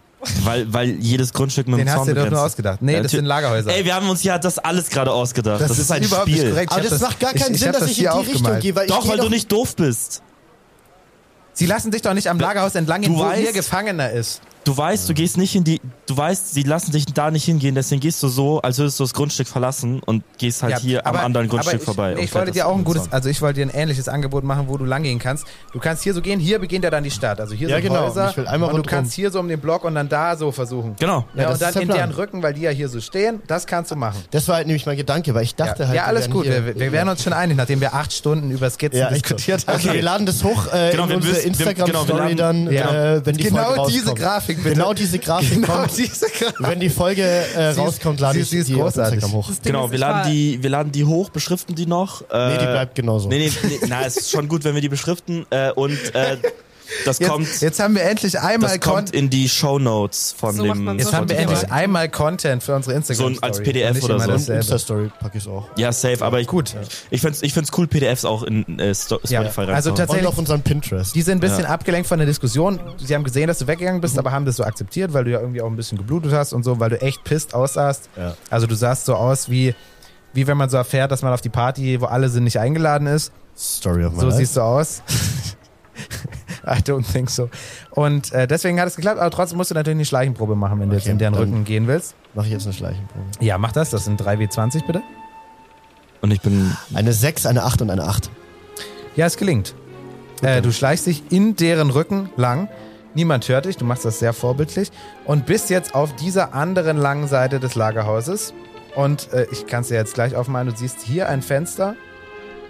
Weil, weil jedes Grundstück mit Den einem hast Zaun du dir doch nur begrenzt ist. ausgedacht. Nee, Ja, das sind natürlich. Lagerhäuser. Ey, wir haben uns ja das alles gerade ausgedacht. Das, ist ein überhaupt nicht Spiel. korrekt. Ich Aber hab das, macht gar ich- keinen ich Sinn, hab dass ich in die hier Richtung aufgemalt. gehe, weil ich Doch, geh weil du doch- nicht doof bist. Sie lassen dich doch nicht am Lagerhaus entlang gehen, Du wo weißt- ihr Gefangener ist. Du weißt, Mhm. du gehst nicht in die. Du weißt, sie lassen dich da nicht hingehen, deswegen gehst du so, als würdest du das Grundstück verlassen und gehst halt Ja, hier am aber- anderen aber Grundstück ich, vorbei. Nee, und ich wollte kletterst dir auch auf ein den gutes, Zaun. also ich wollte dir ein ähnliches Angebot machen, wo du lang gehen kannst. Du kannst hier so gehen, hier beginnt ja dann die Stadt. Also hier Ja, sind genau. Häuser Ich will einmal und du rundherum. kannst hier so um den Block und dann da so versuchen. Genau. Ja, Ja, das und ist dann der in Plan. deren Rücken, weil die ja hier so stehen, das kannst du machen. Das war halt nämlich mein Gedanke, weil ich Ja, dachte halt. ja wir alles wären gut. hier. Wir, wir wären uns schon einig, nachdem wir acht Stunden über Skizzen ja, echt so. diskutiert haben. Also wir laden das hoch äh, Genau, in wir unsere müssen- wir- genau, wir Instagram-Story laden- dann, Ja. äh, wenn die Genau Folge diese rauskommt. Grafik, bitte. Genau diese Grafik Genau kommt. diese Grafik. Wenn die Folge äh, Sie ist- rauskommt, lade sie- ich sie ist die großartig. auf Instagram hoch. Das Ding Genau, ist, wir ich laden, war- die, wir laden die hoch, beschriften die noch. Äh, Nee, die bleibt genauso. Nee, nee, nee na, es ist schon gut, wenn wir die beschriften. Äh, und äh, das kommt, Jetzt, jetzt haben wir endlich einmal das Kon kommt in die Shownotes von So macht dem. man Jetzt So haben wir macht Spotify. man endlich einmal Content für unsere Instagram. als PDF oder so. Und Insta-Story packe ich auch. Ja, safe, aber ich, Gut. ich find's, ich find's cool, PDFs auch in äh, Sto Spotify Ja, reinzuhauen. also Und tatsächlich, auf unseren Pinterest. die sind ein bisschen abgelenkt von der Diskussion. Sie haben gesehen, dass du weggegangen Mhm. bist, aber haben das so akzeptiert, weil du ja irgendwie auch ein bisschen geblutet hast und so, weil du echt pisst aussahst. Ja. Also du sahst so aus wie, wie wenn man so erfährt, dass man auf die Party, wo alle sind, nicht eingeladen ist. Story of my So life. siehst du aus. I don't think so. Und äh, deswegen hat es geklappt, aber trotzdem musst du natürlich eine Schleichenprobe machen, wenn du jetzt Okay, in deren dann- Rücken gehen willst. Mach ich jetzt eine Schleichenprobe. Ja, mach das. Das sind 3W20 bitte. und ich bin. Eine 6, eine 8 und eine 8. Ja, es gelingt. Äh, du schleichst dich in deren Rücken lang. Niemand hört dich, du machst das sehr vorbildlich. Und bist jetzt auf dieser anderen langen Seite des Lagerhauses. Und äh, ich kann es dir jetzt gleich aufmalen. Du siehst hier ein Fenster.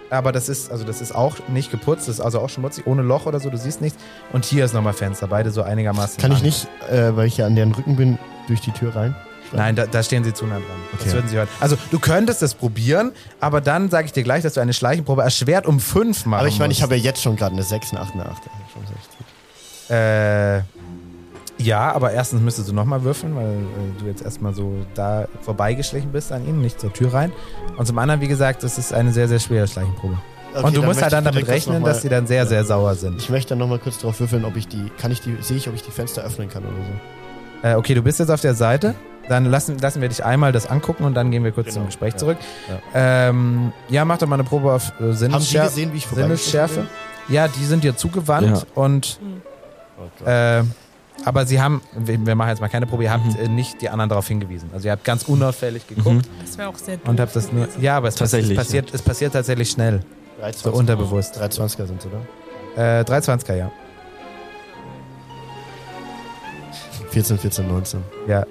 Aber das ist, also das ist auch nicht geputzt, das ist also auch schmutzig, ohne Loch oder so, du siehst nichts. Und hier ist nochmal Fenster, beide so einigermaßen. Kann ich lang. nicht, äh, weil ich ja an deren Rücken bin, durch die Tür rein? Nein, da, da stehen sie zu nah dran. Das Okay. würden sie hören. Also du könntest das probieren, aber dann sage ich dir gleich, dass du eine Schleichenprobe erschwert um fünf machen Aber ich meine, ich musst. habe ja jetzt schon gerade eine 6, eine 8, eine 8. Also schon 16. Äh, ja, aber erstens müsstest du nochmal würfeln, weil äh, du jetzt erstmal so da vorbeigeschlichen bist an ihnen, nicht zur Tür rein. Und zum anderen, wie gesagt, das ist eine sehr, sehr schwere Schleichenprobe. Okay, Und du musst möchte halt dann ich damit bitte kurz rechnen, noch mal- dass sie dann sehr, sehr sauer sind. Ich möchte dann nochmal kurz drauf würfeln, ob ich die, kann ich die, sehe ich, ob ich die Fenster öffnen kann oder so. Äh, okay, du bist jetzt auf der Seite. Dann lassen, lassen wir dich einmal das angucken und dann gehen wir kurz Genau, zum Gespräch ja, zurück. Ja. Ähm, ja, mach doch mal eine Probe auf äh, Haben Sie Sinnesschärfe. gesehen, wie ich vorbeigeschlichen Sinnesschärfe. bin? Ja, die sind dir zugewandt und äh, aber sie haben, wir wir machen jetzt mal keine Probe, ihr habt äh, nicht die anderen darauf hingewiesen. Also ihr habt ganz unauffällig geguckt Das wäre auch sehr doof und habt das nur. gewesen. Ja, aber es, Tatsächlich, es, passiert, es passiert tatsächlich schnell, so 23, unterbewusst. 23er sind oder? Äh, 320er, ja. 14, 14, 19. ja.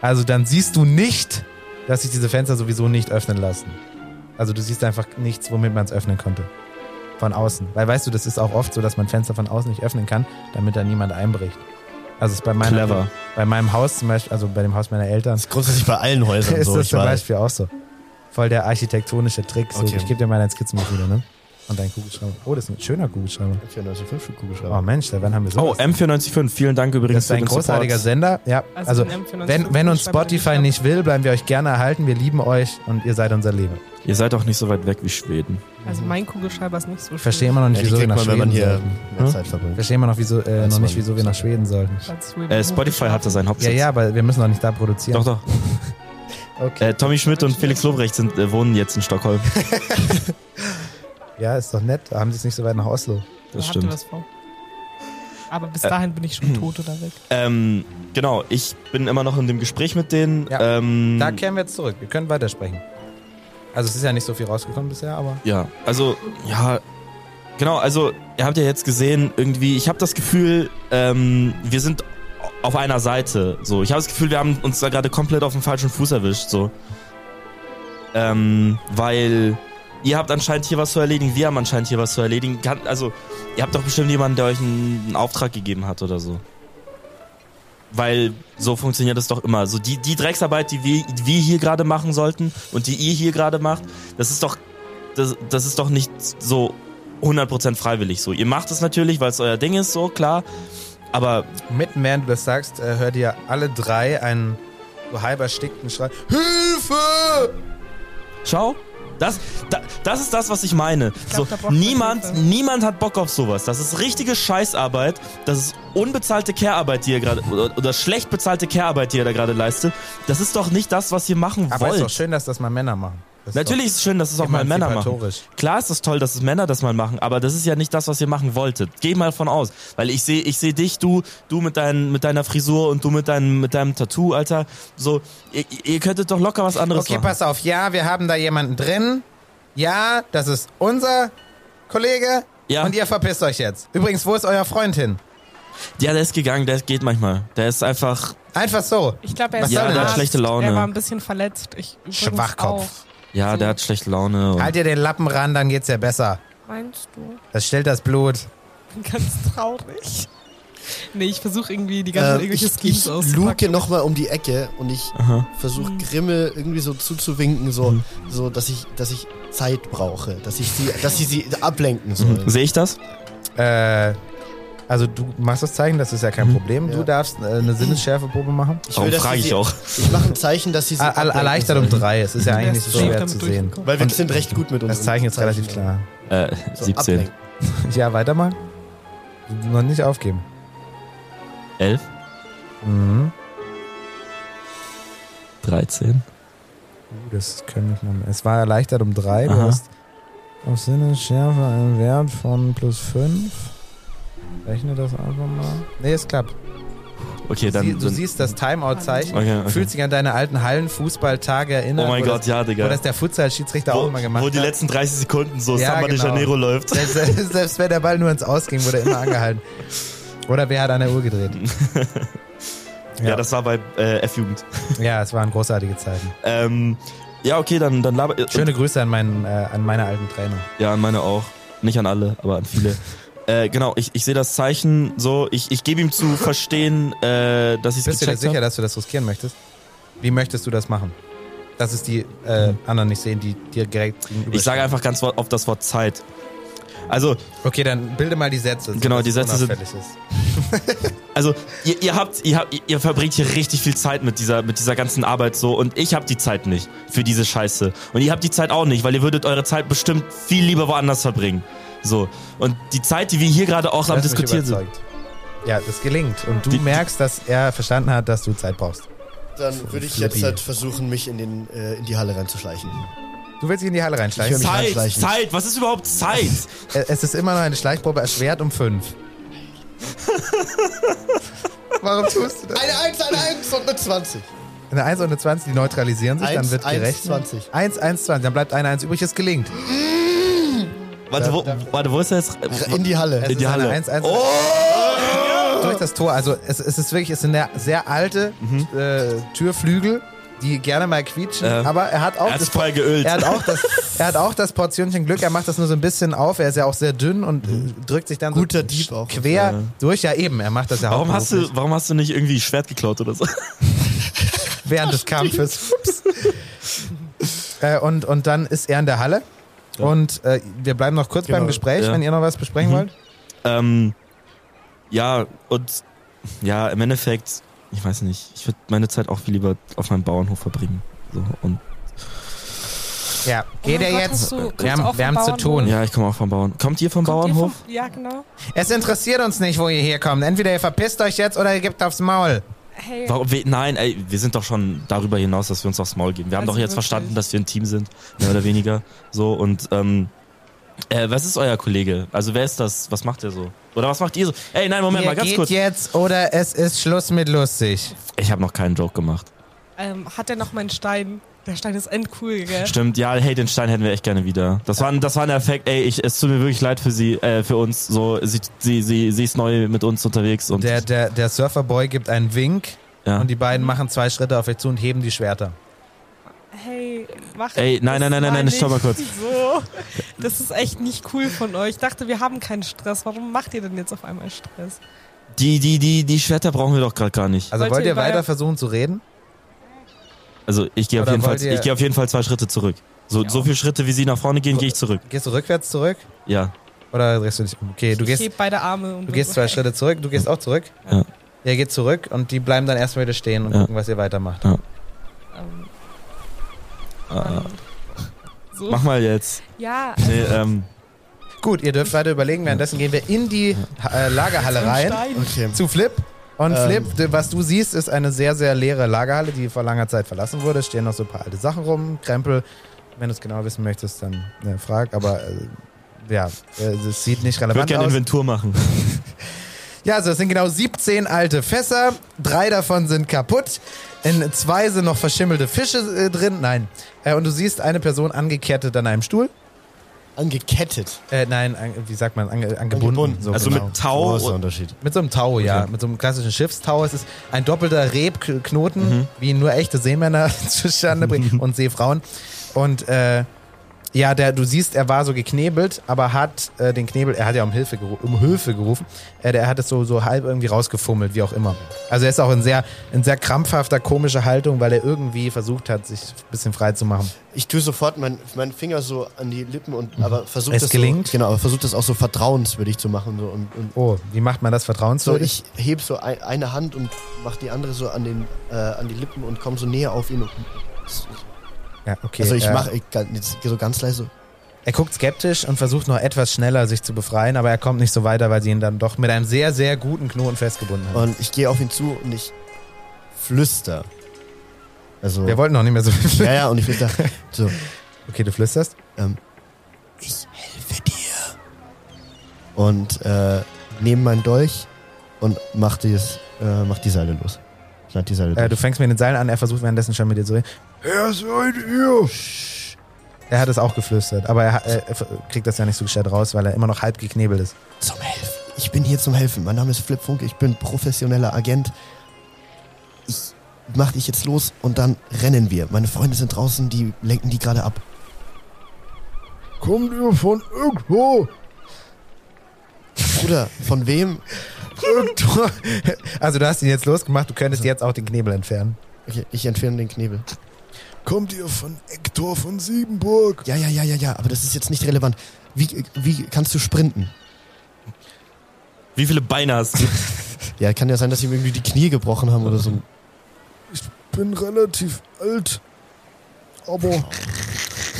Also dann siehst du nicht, dass sich diese Fenster sowieso nicht öffnen lassen. Also du siehst einfach nichts, womit man es öffnen konnte. Von außen. Weil weißt du, das ist auch oft so, dass man Fenster von außen nicht öffnen kann, damit da niemand einbricht. Also es ist bei, meiner, Clever. bei meinem Haus zum Beispiel, also bei dem Haus meiner Eltern, Das ist grundsätzlich bei allen Häusern ist so. das ich zum weiß. Beispiel auch so. Voll der architektonische Trick. So, Okay. Ich gebe dir mal dein Skizzenbuch wieder, ne? Und deinen Kugelschreiber. Oh, das ist ein schöner Kugelschreiber. 94,5 Stück Oh Kugelschreiber. Mensch, da wann haben wir so. Oh, M495, vielen Dank das übrigens ist ein den Support. großartiger Sender. Ja, Also also, ein wenn, M95 wenn uns Kugelschreiber, den ich Spotify hab. nicht will, bleiben wir euch gerne erhalten. Wir lieben euch und ihr seid unser Leben. Ihr seid auch nicht so weit weg wie Schweden. Also mein Kugelschreiber ist nicht so schön. Ich verstehe immer noch nicht, Ja, die wieso wir kriegt nach man, Schweden wenn man hier sollten. mehr Hm? Zeit verbringt. Verstehen wir noch, wieso, äh, Weiß noch nicht, man wieso wir nicht. nach Schweden sollten. Als Will Äh, Will Spotify hatte seinen Ja, Hauptsitz. ja, aber wir müssen noch nicht da produzieren. Doch, doch. Okay. Äh, Tommy Schmidt und Felix Lobrecht sind, äh, wohnen jetzt in Stockholm. Ja, ist doch nett. Da haben sie es nicht so weit nach Oslo. Da Das habt ihr stimmt. was vor. Aber Äh, bis dahin bin ich schon tot oder weg. Ähm, genau, ich bin immer noch in dem Gespräch mit denen. Ja. Hm. Ähm, Da kehren wir jetzt zurück. Wir können weitersprechen. Also es ist ja nicht so viel rausgekommen bisher, aber. Ja, also, ja, genau, also, ihr habt ja jetzt gesehen, irgendwie, ich habe das Gefühl, ähm, wir sind auf einer Seite, so. Ich habe das Gefühl, wir haben uns da gerade komplett auf den falschen Fuß erwischt, so. Ähm, weil ihr habt anscheinend hier was zu erledigen, wir haben anscheinend hier was zu erledigen. Kann, also, ihr habt doch bestimmt jemanden, der euch einen, einen Auftrag gegeben hat oder so. Weil so funktioniert es doch immer. So die, die Drecksarbeit, die wir, wir hier gerade machen sollten und die ihr hier gerade macht, das ist doch das, das ist doch nicht so 100% freiwillig so. Ihr macht es natürlich, weil es euer Ding ist, so klar. Aber Mitten während du das sagst, äh, hört ihr alle drei einen so halb erstickten Schrei. Hilfe! schau, Das, da, das ist das, was ich meine. glaub, da so, braucht man niemand, Hilfe. niemand hat Bock auf sowas. Das ist richtige Scheißarbeit. Das ist unbezahlte Care-Arbeit, die ihr gerade, oder, oder schlecht bezahlte Care-Arbeit, die ihr da gerade leistet. Das ist doch nicht das, was ihr machen Aber es ist doch wollt. schön, dass das mal Männer machen. Das Natürlich ist es schön, dass es doch auch mal Männer machen. emanzipatorisch. Klar ist es toll, dass es Männer das mal machen, aber das ist ja nicht das, was ihr machen wolltet. Geh mal von aus. Weil ich sehe ich seh dich, du, du mit, dein, mit deiner Frisur und du mit, dein, mit deinem Tattoo, Alter. So, ihr, ihr könntet doch locker was anderes Okay, machen. pass auf. Ja, wir haben da jemanden drin. Ja, das ist unser Kollege. Ja. Und ihr verpisst euch jetzt. Übrigens, wo ist euer Freund hin? Ja, der ist gegangen, der geht manchmal. Der ist einfach, Einfach so. Ich glaube, er Was ist soll denn ein das? Arzt. Schlechte Laune. Er war ein bisschen verletzt. Ich übrigens Schwachkopf. ja, der hat schlechte Laune. Und Halt dir den Lappen ran, dann geht's ja besser. Auch. Meinst du? Das stillt das Blut. Ich bin ganz traurig. Nee, ich versuche irgendwie die ganzen Äh, irgendwelche ich Schemes ich auszupacken. luke nochmal um die Ecke und ich Aha. versuche Grimme irgendwie so zuzuwinken, so, so dass, ich, dass ich Zeit brauche, dass ich sie, dass sie, sie ablenken soll. Sehe Mhm. ich das? Äh, also du machst das Zeichen, das ist ja kein Problem. Ja. Du darfst äh, eine Sinnesschärfeprobe machen. Ich Warum dass sie frage ich sie, auch? Ich mache ein Zeichen, dass sie sie Ah, All, ablenken erleichtert um soll. drei. Es ist ja Der eigentlich nicht ist so safe schwer damit zu sehen. durchgekommen. Weil wir sind recht gut mit uns. Das Zeichen ist relativ klar. Äh, 17. Ablenken. Ja, weiter mal. Noch nicht aufgeben. 11? Mhm. 13? Uh, das können wir mal. Es war erleichtert um 3. Du Aha. hast auf Sinnesschärfe einen Wert von plus 5. Rechne das einfach mal. Nee, es klappt. Okay, dann. Sie, du dann- siehst das Timeout-Zeichen. okay, okay. Fühlst dich an deine alten Hallenfußballtage Oh erinnert. mein wo Gott, ne, das, ja, Wo Digga. das der Futsal-Schiedsrichter auch wo, immer gemacht wo die hat. letzten 30 Sekunden so Ja, Samba de genau. Janeiro läuft. Selbst, selbst, selbst wenn der Ball nur ins Aus ging, wurde er immer angehalten. Oder wer hat an der Uhr gedreht? Ja, das war bei äh, F-Jugend. ja, es waren großartige Zeiten. Ähm, ja, okay, dann, dann laber. äh, Schöne Grüße an, meinen, äh, an meine alten Trainer. Ja, an meine auch. Nicht an alle, aber an viele. Äh, genau, ich, ich sehe das Zeichen so, ich, ich gebe ihm zu verstehen, äh, dass ich es Bist du dir gecheckt sicher, habe. dass du das riskieren möchtest? Wie möchtest du das machen? Dass es die äh, anderen nicht sehen, die dir direkt gegenüber Mhm. Ich sage stehen. einfach ganz wo- auf das Wort Zeit. Also, Okay, dann bilde mal die Sätze. so Genau, dass die es Sätze sind- unauffällig Ist. Also ihr, ihr habt, ihr, habt, ihr verbringt hier richtig viel Zeit mit dieser, mit dieser ganzen Arbeit so und ich habe die Zeit nicht für diese Scheiße und ihr habt die Zeit auch nicht, weil ihr würdet eure Zeit bestimmt viel lieber woanders verbringen. So und die Zeit, die wir hier gerade auch am Lass mich diskutieren sind. überzeugt. Ja, das gelingt. Und du Die- merkst, dass er verstanden hat, dass du Zeit brauchst. Dann würde ich Flippy. jetzt halt versuchen, mich in, den, äh, in die Halle reinzuschleichen. Du willst ihn in die Halle reinschleichen. Ich Zeit, Handschleichen. Zeit, was ist überhaupt Zeit? Ä- Es ist immer noch eine Schleichprobe erschwert um fünf. Warum tust du das? Eine 1, eine 1 und eine 20. Eine 1 und eine 20, die neutralisieren sich, dann Eins, wird eins, gerechnet. 20. 1, 1, 20, dann bleibt eine 1 übrig, es gelingt. warte, wo, warte, wo ist er jetzt? In die Halle. Es die ist eine Halle. 1, 1, durch das Tor. Also es, es ist wirklich, es sind ja sehr alte äh, Türflügel, die gerne mal quietschen, Äh, aber er hat auch Er hat es das vorher geölt. er hat, auch das, er hat auch das Portionchen Glück, er macht das nur so ein bisschen auf, er ist ja auch sehr dünn und äh, drückt sich dann Guter so Dieb auch. quer durch. Ja eben, er macht das ja Warum hast hauptberuflich. du, warum hast du nicht irgendwie Schwert geklaut oder so? während des Kampfes. äh, und, und dann ist er in der Halle. Und äh, wir bleiben noch kurz beim Genau, Gespräch, ja. wenn ihr noch was besprechen wollt. Ähm, ja, und ja, im Endeffekt, ich weiß nicht, ich würde meine Zeit auch viel lieber auf meinem Bauernhof verbringen. So, und Ja, geht Oh mein er Gott, jetzt? hast du- kommst wir du haben, auch wir vom haben zu Bauernhof? tun. ja, ich komme auch vom Bauern. Kommt ihr vom Kommt ihr Bauernhof? vom- Ja, genau. Es interessiert uns nicht, wo ihr herkommt. Entweder ihr verpisst euch jetzt oder ihr gebt aufs Maul. Hey, Warum, wir, nein, ey, wir sind doch schon darüber hinaus, dass wir uns aufs Maul geben. Wir haben Also doch jetzt wirklich. verstanden, dass wir ein Team sind, mehr oder weniger. So, und ähm, äh, was ist euer Kollege? Also wer ist das? Was macht er so? Oder was macht ihr so? Ey, nein, Moment ihr mal, ganz geht kurz. jetzt oder es ist Schluss mit lustig. Ich habe noch keinen Joke gemacht. ähm, hat er noch meinen Stein? Der Stein ist endcool, gell? Stimmt, ja, hey, den Stein hätten wir echt gerne wieder. Das war, ein- das war ein Effekt, ey, ich, es tut mir wirklich leid für sie, äh, für uns. So, sie, sie, sie, sie ist neu mit uns unterwegs und Der, der, der Surferboy gibt einen Wink ja. und die beiden machen zwei Schritte auf euch zu und heben die Schwerter. Hey, mach Ey, nein, nein, das nein, nein, mal nein, nicht. stopp mal kurz. So. Das ist echt nicht cool von euch. Ich dachte, wir haben keinen Stress. Warum macht ihr denn jetzt auf einmal Stress? die, die, die, die Schwerter brauchen wir doch gerade gar nicht. Also Wollt wollt ihr ihr weiter weiter- versuchen zu reden? Also ich gehe auf Oder jeden Fall, wollt ihr- ich gehe auf jeden Fall zwei Schritte zurück. So, so viele Schritte, wie sie nach vorne gehen, gehe ich zurück. Gehst du rückwärts zurück? Ja. Oder drehst du dich um? Okay, du Ich gehst heb beide Arme und Du bin gehst so, zwei hey. Schritte zurück, du gehst auch zurück. Ja. Er geht zurück und die bleiben dann erstmal wieder stehen und Ja. gucken, was ihr weitermacht. Ähm, Äh, So. Mach mal jetzt. Ja, äh, Nee, ähm, Gut, ihr dürft weiter überlegen. Währenddessen gehen wir in die äh, Lagerhalle rein. Stein. Okay. Zu Flip. Und Ähm. Flip, d- was du siehst, ist eine sehr, sehr leere Lagerhalle, die vor langer Zeit verlassen wurde. Es stehen noch so ein paar alte Sachen rum, Krempel. Wenn du es genau wissen möchtest, dann äh, frag. Aber äh, ja, äh, es sieht nicht ich würde relevant gerne aus. Inventur machen. Ja, also es sind genau 17 alte Fässer. Drei davon sind kaputt. In zwei sind noch verschimmelte Fische äh, drin. Nein. Äh, und du siehst eine Person angekettet an einem Stuhl. Angekettet. Äh, nein, an, wie sagt man? Ange, angebunden. Angebunden. So, Also genau. mit Tau. Großer und- Unterschied. Mit so einem Tau, ja. Mit so einem klassischen Schiffstau. Es ist ein doppelter Rebknoten, Mhm. wie nur echte Seemänner zustande bringen und Seefrauen. Und äh, ja, der, du siehst, er war so geknebelt, aber hat äh, den Knebel, er hat ja um Hilfe, geru um Hilfe gerufen, äh, der hat es so, so halb irgendwie rausgefummelt, wie auch immer. Also er ist auch in sehr, in sehr krampfhafter, komischer Haltung, weil er irgendwie versucht hat, sich ein bisschen frei zu machen. Ich tue sofort meinen mein Finger so an die Lippen und aber versuche Es das gelingt? So, genau, aber versuche das auch so vertrauenswürdig zu machen so und, und Oh, wie macht man das so vertrauenswürdig? ich heb so ein, eine Hand und mach die andere so an den äh, an die Lippen und komme so näher auf ihn. Und, ja, okay. also ich äh, mache so ganz leise. Er guckt skeptisch und versucht noch etwas schneller sich zu befreien, aber er kommt nicht so weiter, weil sie ihn dann doch mit einem sehr, sehr guten Knoten festgebunden haben. Und ich gehe auf ihn zu und ich flüster. Also Wir wollten noch nicht mehr so viel. ja ja und ich flüster so Okay, du flüsterst. ich helfe dir und äh, nehme meinen Dolch und mach die äh, mach die Seile los. Schneid die Seile Äh, du durch. fängst mit den Seilen an, er versucht währenddessen schon mit dir zu reden. Er ist ein Irr. Er hat es auch geflüstert, aber er, ha- er, er kriegt das ja nicht so gescheit raus, weil er immer noch halb geknebelt ist. Zum Helfen. Ich bin hier zum Helfen. Mein Name ist Flip Funke. Ich bin professioneller Agent. Ich mach dich jetzt los und dann rennen wir. Meine Freunde sind draußen, die lenken die gerade ab. Kommt ihr von irgendwo? Bruder, von wem? also du hast ihn jetzt losgemacht, du könntest jetzt auch den Knebel entfernen. Okay, ich entferne den Knebel. Kommt ihr von Hector von Siebenburg? Ja, ja, ja, ja, ja, aber das ist jetzt nicht relevant. Wie, wie kannst du sprinten? Wie viele Beine hast du? Ja, kann ja sein, dass ihm irgendwie die Knie gebrochen haben oder so. Bin relativ alt. Aber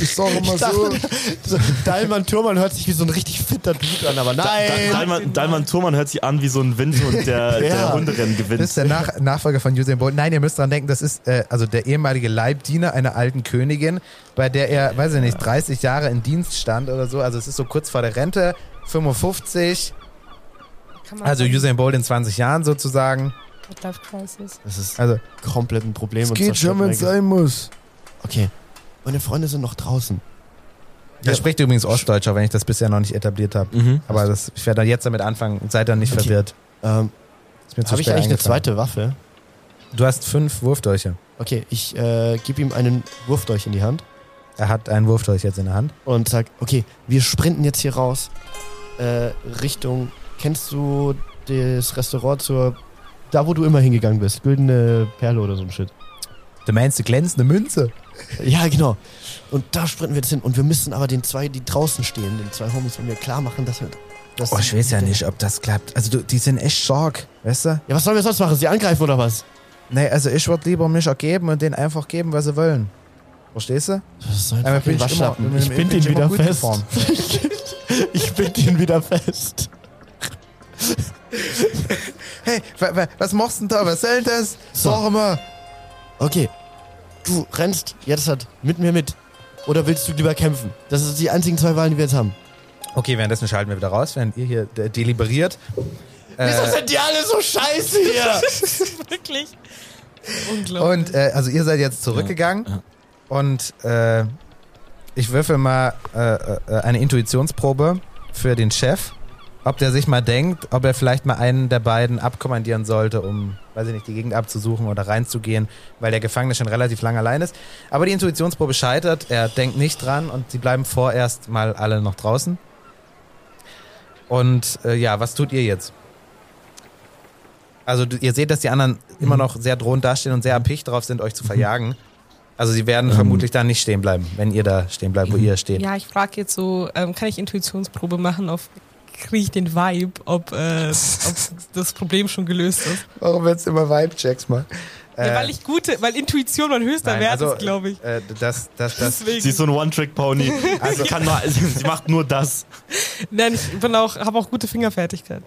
ich sage mal so, so Dalman Turman hört sich wie so ein richtig fitter Dude an, aber nein. Dalman, Dalman Turman hört sich an wie so ein Windhund, der, Ja. der Hunderennen Das gewinnt. ist der Nach Nachfolger von Usain Bolt. Nein, ihr müsst dran denken, das ist äh, also der ehemalige Leibdiener einer alten Königin, bei der er, weiß ich nicht, 30 Jahre in Dienst stand oder so. Also es ist so kurz vor der Rente, 55, kann man also Usain Bolt in 20 Jahren sozusagen. Midlife Crisis. Das ist Also komplett ein Problem. es und geht zerstört schon, wenn mein es sein muss. Okay. Meine Freunde sind noch draußen. er spricht übrigens Ostdeutsch, auch wenn ich das bisher noch nicht etabliert habe. Mhm. Aber das, ich werde dann jetzt damit anfangen. Seid dann nicht Okay. verwirrt. Ähm, Ist mir zu Habe ich spät eigentlich eine eingefallen. zweite Waffe? Du hast fünf Wurfdolche. Okay, ich äh, gebe ihm einen Wurfdolch in die Hand Er hat einen Wurfdolch jetzt in der Hand. und sag, okay, wir sprinten jetzt hier raus äh, Richtung. Kennst du das Restaurant zur da, wo du immer hingegangen bist? Güldene Perle oder so ein Shit. Du meinst, die glänzende Münze? Ja, genau. Und da sprinten wir jetzt hin. Und wir müssen aber den zwei, die draußen stehen, den zwei Homies, wenn wir klar machen, dass wir. Dass Oh, ich weiß ja nicht, ob das klappt. Also du, die sind echt stark, weißt du? Ja, was sollen wir sonst machen? Sie angreifen oder was? Nee, also ich würde lieber mich ergeben und denen einfach geben, was sie wollen. Verstehst du? Das ist so ein Aber fucking bin ich immer- Waschlappen. bin- ich bin bind ich ihn immer gut wieder fest. gefahren. ich bind ihn wieder fest. Hey, wa, wa, was machst denn da? Was soll das? Sag mal. Okay, du rennst jetzt halt mit mir mit. Oder willst du lieber kämpfen? Das sind die einzigen zwei Wahlen, die wir jetzt haben. Okay, währenddessen schalten wir wieder raus, während ihr hier de deliberiert. Wieso Äh, sind die alle so scheiße hier? Wirklich? Unglaublich. und äh, also ihr seid jetzt zurückgegangen und äh, ich würfel mal äh, äh, eine Intuitionsprobe für den Chef, ob der sich mal denkt, ob er vielleicht mal einen der beiden abkommandieren sollte, um, weiß ich nicht, die Gegend abzusuchen oder reinzugehen, weil der Gefangene schon relativ lange allein ist. Aber die Intuitionsprobe scheitert, er denkt nicht dran und sie bleiben vorerst mal alle noch draußen. Und äh, ja, was tut ihr jetzt? Also du, ihr seht, dass die anderen immer noch sehr drohend dastehen und sehr erpicht drauf sind, euch zu verjagen. Also sie werden vermutlich da nicht stehen bleiben, wenn ihr da stehen bleibt, wo ihr steht. Ja, ich frage jetzt so, ähm, kann ich Intuitionsprobe machen auf kriege ich den Vibe, ob, äh, ob das Problem schon gelöst ist. Warum jetzt immer Vibe-Checks mal? Äh, ja, weil ich gute, weil Intuition mein höchster nein, Wert also, ist, glaube ich. Äh, das, das, das, Deswegen. Sie ist so ein One-Trick-Pony. Also- sie, kann nur, sie macht nur das. Nein, ich bin auch, habe auch gute Fingerfertigkeit.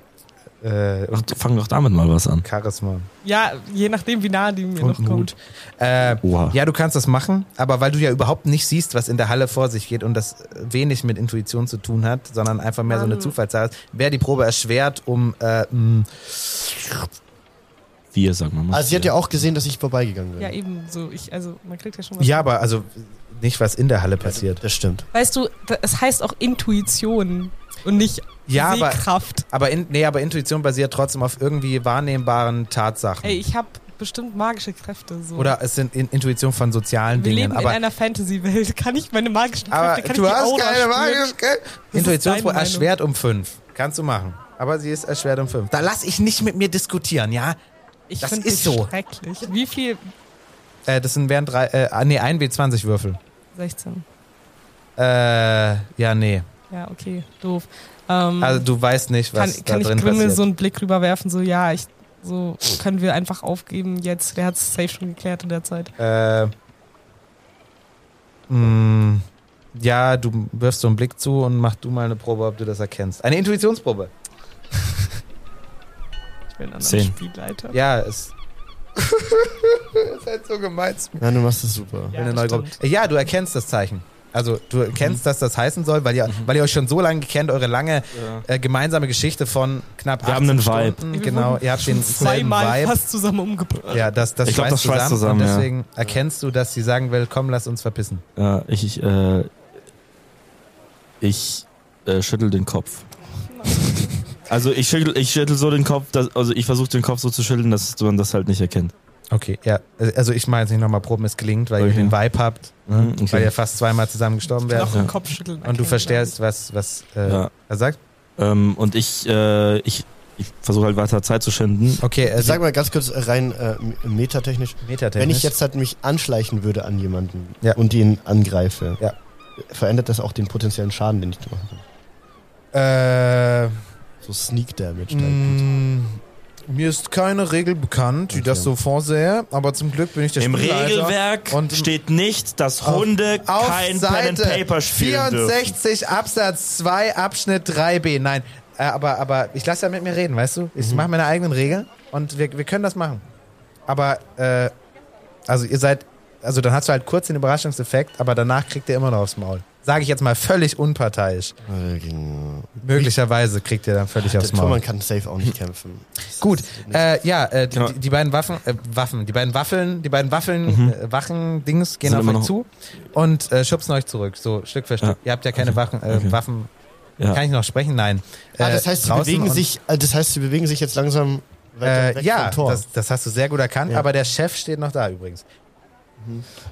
äh, und fang doch damit mal was an. Charisma. Ja, je nachdem, wie nah die mir Und noch Mut. kommt. Äh, Oha. ja, du kannst das machen, aber weil du ja überhaupt nicht siehst, was in der Halle vor sich geht und das wenig mit Intuition zu tun hat, sondern einfach mehr so eine Mann. Zufallssache ist, wäre die Probe erschwert, um äh, mh, Wir, sagen wir mal. Also sie hat ja auch gesehen, dass ich vorbeigegangen bin. Ja, eben so. Ich, also, man kriegt ja schon mal. ja, aber also nicht, was in der Halle passiert. Das stimmt. Weißt du, da- es heißt auch Intuition und nicht Ja, aber, Sehkraft. aber, in, nee, aber Intuition basiert trotzdem auf irgendwie wahrnehmbaren Tatsachen. Ey, ich habe bestimmt magische Kräfte. So. Oder es sind in, Intuition von sozialen wir Dingen. leben in Aber, einer Fantasy-Welt. Kann ich meine magischen Kräfte, aber kann du ich die hast Aura keine spüren? magische Kräfte. Das ist Intuitionsprobe deine Meinung. erschwert um fünf. Kannst du machen. Aber sie ist erschwert um fünf. Da lass ich nicht mit mir diskutieren, ja? Ich Das find ist dich so. schrecklich. Wie viel? Äh, das sind wären drei, äh, ah, nee, ein W20-Würfel. 16. Äh, ja, nee. Ja, okay, doof. Ähm, Also du weißt nicht, kann was kann da ich drin Grimmel passiert. so einen Blick rüberwerfen, so, ja, ich, so können wir einfach aufgeben jetzt. Der hat es safe schon geklärt in der Zeit. äh, mh, ja, du wirfst so einen Blick zu und mach du mal eine Probe, ob du das erkennst. Eine Intuitionsprobe. Ich will einen anderen Zehn. Spielleiter. Ja, ist. ist halt so gemeint. Ja, du machst es super. Ja, Eine das neue Gruppe. stimmt. Mhm. Ja, du erkennst das Zeichen. Also du erkennst, dass das heißen soll, weil ihr, weil ihr euch schon so lange kennt, eure lange äh, gemeinsame Geschichte von knapp Wir haben einen 18 Vibe. Stunden. Wir Genau, wurden ihr habt den selben Zweimal Vibe. fast zusammen umgebracht. Ja, das, Also, das Ich glaub, das schweißt Und zusammen, ja. deswegen erkennst du, dass sie sagen will, komm, lass uns verpissen. Ja, ich, ich, äh, ich äh, schüttel den Kopf. Also ich schüttel, ich schüttel so den Kopf, dass, also ich versuche den Kopf so zu schütteln, dass man das halt nicht erkennt. Okay, ja. Also ich mache jetzt nicht nochmal Proben, es gelingt, weil Okay. ihr den Vibe habt, Mhm, okay. weil ihr fast zweimal zusammen gestorben Noch wärt. im Kopf schütteln. also Und du erkennen, verstehst, was, was äh, Ja. er sagt. Ähm, und ich, äh, ich, ich versuche halt weiter Zeit zu schinden. Okay, äh, Sag mal ganz kurz äh, rein äh, m- metatechnisch. Metatechnisch. Wenn ich jetzt halt mich anschleichen würde an jemanden Ja. und ihn angreife, Ja. verändert das auch den potenziellen Schaden, den ich machen kann. Äh, So Sneak Damage. mh, mir ist keine Regel bekannt, die das so vorsehe, aber zum Glück bin ich der Im Spielleiter Regelwerk und- steht nicht, dass Hunde auf kein Seite Pen and Paper spielen dürfen. 64 Absatz 2 Abschnitt 3b. Nein, äh, aber, aber ich lasse ja mit mir reden, weißt du? Mhm. Ich mache meine eigenen Regeln und wir, wir können das machen. Aber, äh, also ihr seid, also dann hast du halt kurz den Überraschungseffekt, aber danach kriegt ihr immer noch aufs Maul. Sage ich jetzt mal völlig unparteiisch. Thomas Möglicherweise kriegt ihr dann Ah, völlig aufs Maul. kann safe auch nicht kämpfen. Gut, äh, ja, äh, die, Ja. die beiden Waffen, äh, Waffen, die beiden Waffeln, die beiden Waffeln, äh, Wachen-Dings gehen Mhm. Sind auf immer euch noch- zu und äh, schubsen euch zurück, so Stück für Stück. Ihr habt ja keine Wachen, äh, Okay. Waffen. Ja. Kann ich noch sprechen? Nein. ah, Äh, das heißt, sie draußen bewegen und- sich, äh, das heißt, sie bewegen sich jetzt langsam weiter Äh, weg ja, vom Tor. das, das hast du sehr gut erkannt, Ja. aber der Chef steht noch da übrigens.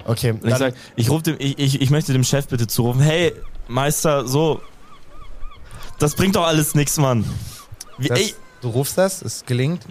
okay, Und ich dann- sag, ich ruf dem, ich, ich, ich möchte dem Chef bitte zurufen, hey, Meister, so, das bringt doch alles nix, Mann. Wie, Das, ey, du rufst das, es gelingt.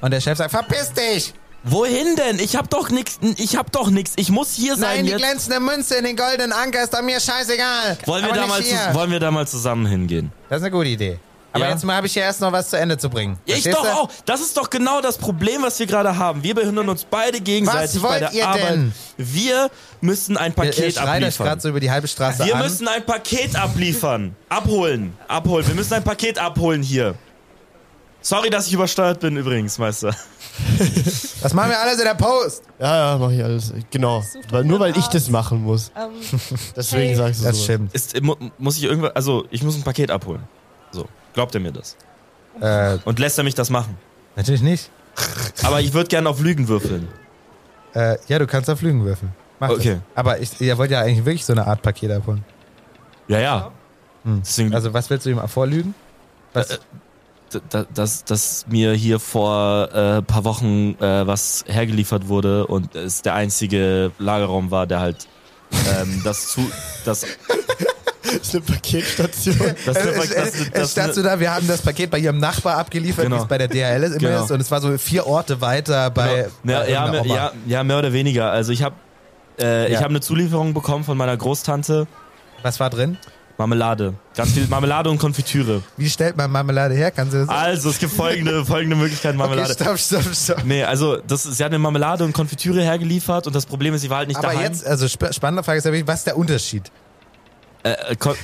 Und der Chef sagt, verpiss dich! wohin denn? Ich hab doch nix, ich hab doch nix, ich muss hier Nein, sein die jetzt. glänzende Münze in den goldenen Anker ist doch mir scheißegal. Wollen wir, aber da nicht mal hier. zu, wollen wir da mal zusammen hingehen? Das ist eine gute Idee. Aber Ja. jetzt mal habe ich ja erst noch was zu Ende zu bringen. Ja, ich Verstehst doch du? auch. Das ist doch genau das Problem, was wir gerade haben. Wir behindern uns beide gegenseitig wollt bei der ihr Arbeit. denn? Äh, Wir müssen ein Ihr- Ihr Paket schreit euch abliefern. gerade so über die halbe Straße Wir an. müssen ein Paket abliefern. Abholen. Abholen. Wir müssen ein Paket abholen hier. Sorry, dass ich übersteuert bin übrigens, Meister. das machen wir alles in der Post. ja, ja, mach ich alles. Genau. doch Weil, nur mal weil ich das aus. machen muss. Ähm, Deswegen Hey. sagst du Das so. stimmt. Ist, mu muss ich irgendwas. Also, ich muss ein Paket abholen. So. Glaubt er mir das? Äh, Und lässt er mich das machen? natürlich nicht. Aber ich würde gerne auf Lügen würfeln. Äh, ja, du kannst auf Lügen würfeln. Mach Okay. Das. Aber ich, ihr wollt ja eigentlich wirklich so eine Art Paket abholen. Ja, ja. Deswegen, Also was willst du ihm vorlügen? Was, Äh, d- d- dass, dass mir hier vor äh, paar Wochen äh, was hergeliefert wurde und es der einzige Lagerraum war, der halt ähm, das zu. Das, Das ist eine Paketstation. das, Also, es, das, es, das, es, Äh, das, ne- stand so da, wir haben das Paket bei ihrem Nachbar abgeliefert, Genau. wie es bei der DHL ist, immer Genau. ist. Und es war so vier Orte weiter bei, ja, bei ja, irgendeiner mehr, Oma. ja, ja, mehr oder weniger. Also ich habe äh, ich Ja. hab eine Zulieferung bekommen von meiner Großtante. Was war drin? Marmelade. Ganz viel Marmelade und Konfitüre. Wie stellt man Marmelade her? Kannst du das Also, es gibt folgende, folgende Möglichkeiten, Okay, Marmelade. stopp, stopp, stopp. nee, also, das, sie hat eine Marmelade und Konfitüre hergeliefert und das Problem ist, sie war halt nicht Aber daheim. jetzt, also sp spannende Frage ist natürlich, was ist der Unterschied? Äh, äh, Kon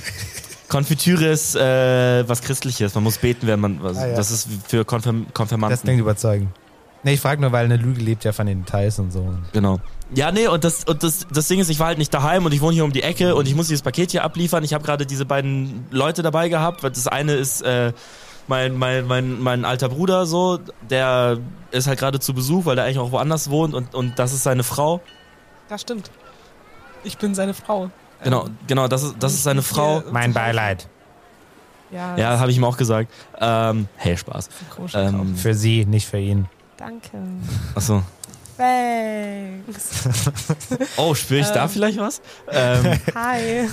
Konfitüre ist äh, was Christliches. Man muss beten, wenn man. Was, Ah, ja. Das ist für Konfirm Konfirmanten. Das klingt überzeugend. Nee, ich frage nur, weil eine Lüge lebt ja von den Details und so. Genau. Ja, nee, und das und das das Ding ist, ich war halt nicht daheim und ich wohne hier um die Ecke und ich muss dieses Paket hier abliefern. Ich habe gerade diese beiden Leute dabei gehabt, weil das eine ist äh, mein, mein, mein, mein alter Bruder so, der ist halt gerade zu Besuch, weil der eigentlich auch woanders wohnt und, und das ist seine Frau. Das stimmt. Ich bin seine Frau. Ähm, Genau, genau, das ist, das ist seine Frau. Mein Beileid Ja, Ja, das habe ich ihm auch gesagt. Ähm, hey, Spaß. ist ein komischer Kauf. Ähm, für sie, nicht für ihn. Danke. achso. Thanks. Oh, spüre ich da Ähm. vielleicht was? Ähm, Hi.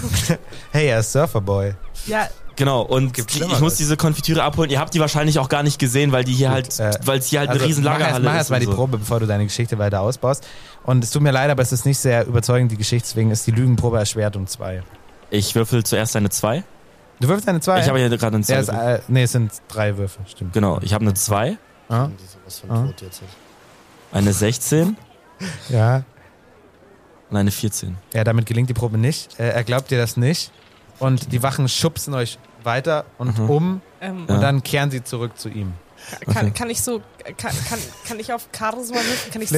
Hey, er ist Surferboy. Halt Ja, genau, und Gibt's die, ich Schlimmeres? muss diese Konfitüre abholen. Ihr habt die wahrscheinlich auch gar nicht gesehen, weil die hier Gut, halt, äh, weil es hier halt eine riesen Lagerhalle mach erst, mach ist. erst mal und die so. Probe, bevor du deine Geschichte weiter ausbaust. Und es tut mir leid, aber es ist nicht sehr überzeugend, die Geschichte. Deswegen ist die Lügenprobe erschwert um zwei. Ich würfel zuerst eine 2. Du wirfst eine zwei? Ich habe ja gerade eine ja, 2. es, äh, nee, es sind drei Würfe, stimmt. genau, ich habe eine 2, Ah, Die sowas von Ah. tot jetzt. eine 16 ja. und eine 14. ja, damit gelingt die Probe nicht. Äh, er glaubt dir das nicht. Und die Wachen schubsen euch weiter und Mhm. um. ähm, Und Ja. dann kehren sie zurück zu ihm. kann, kann ich so, kann, kann, kann ich auf Charisma würfeln? Kann ich so,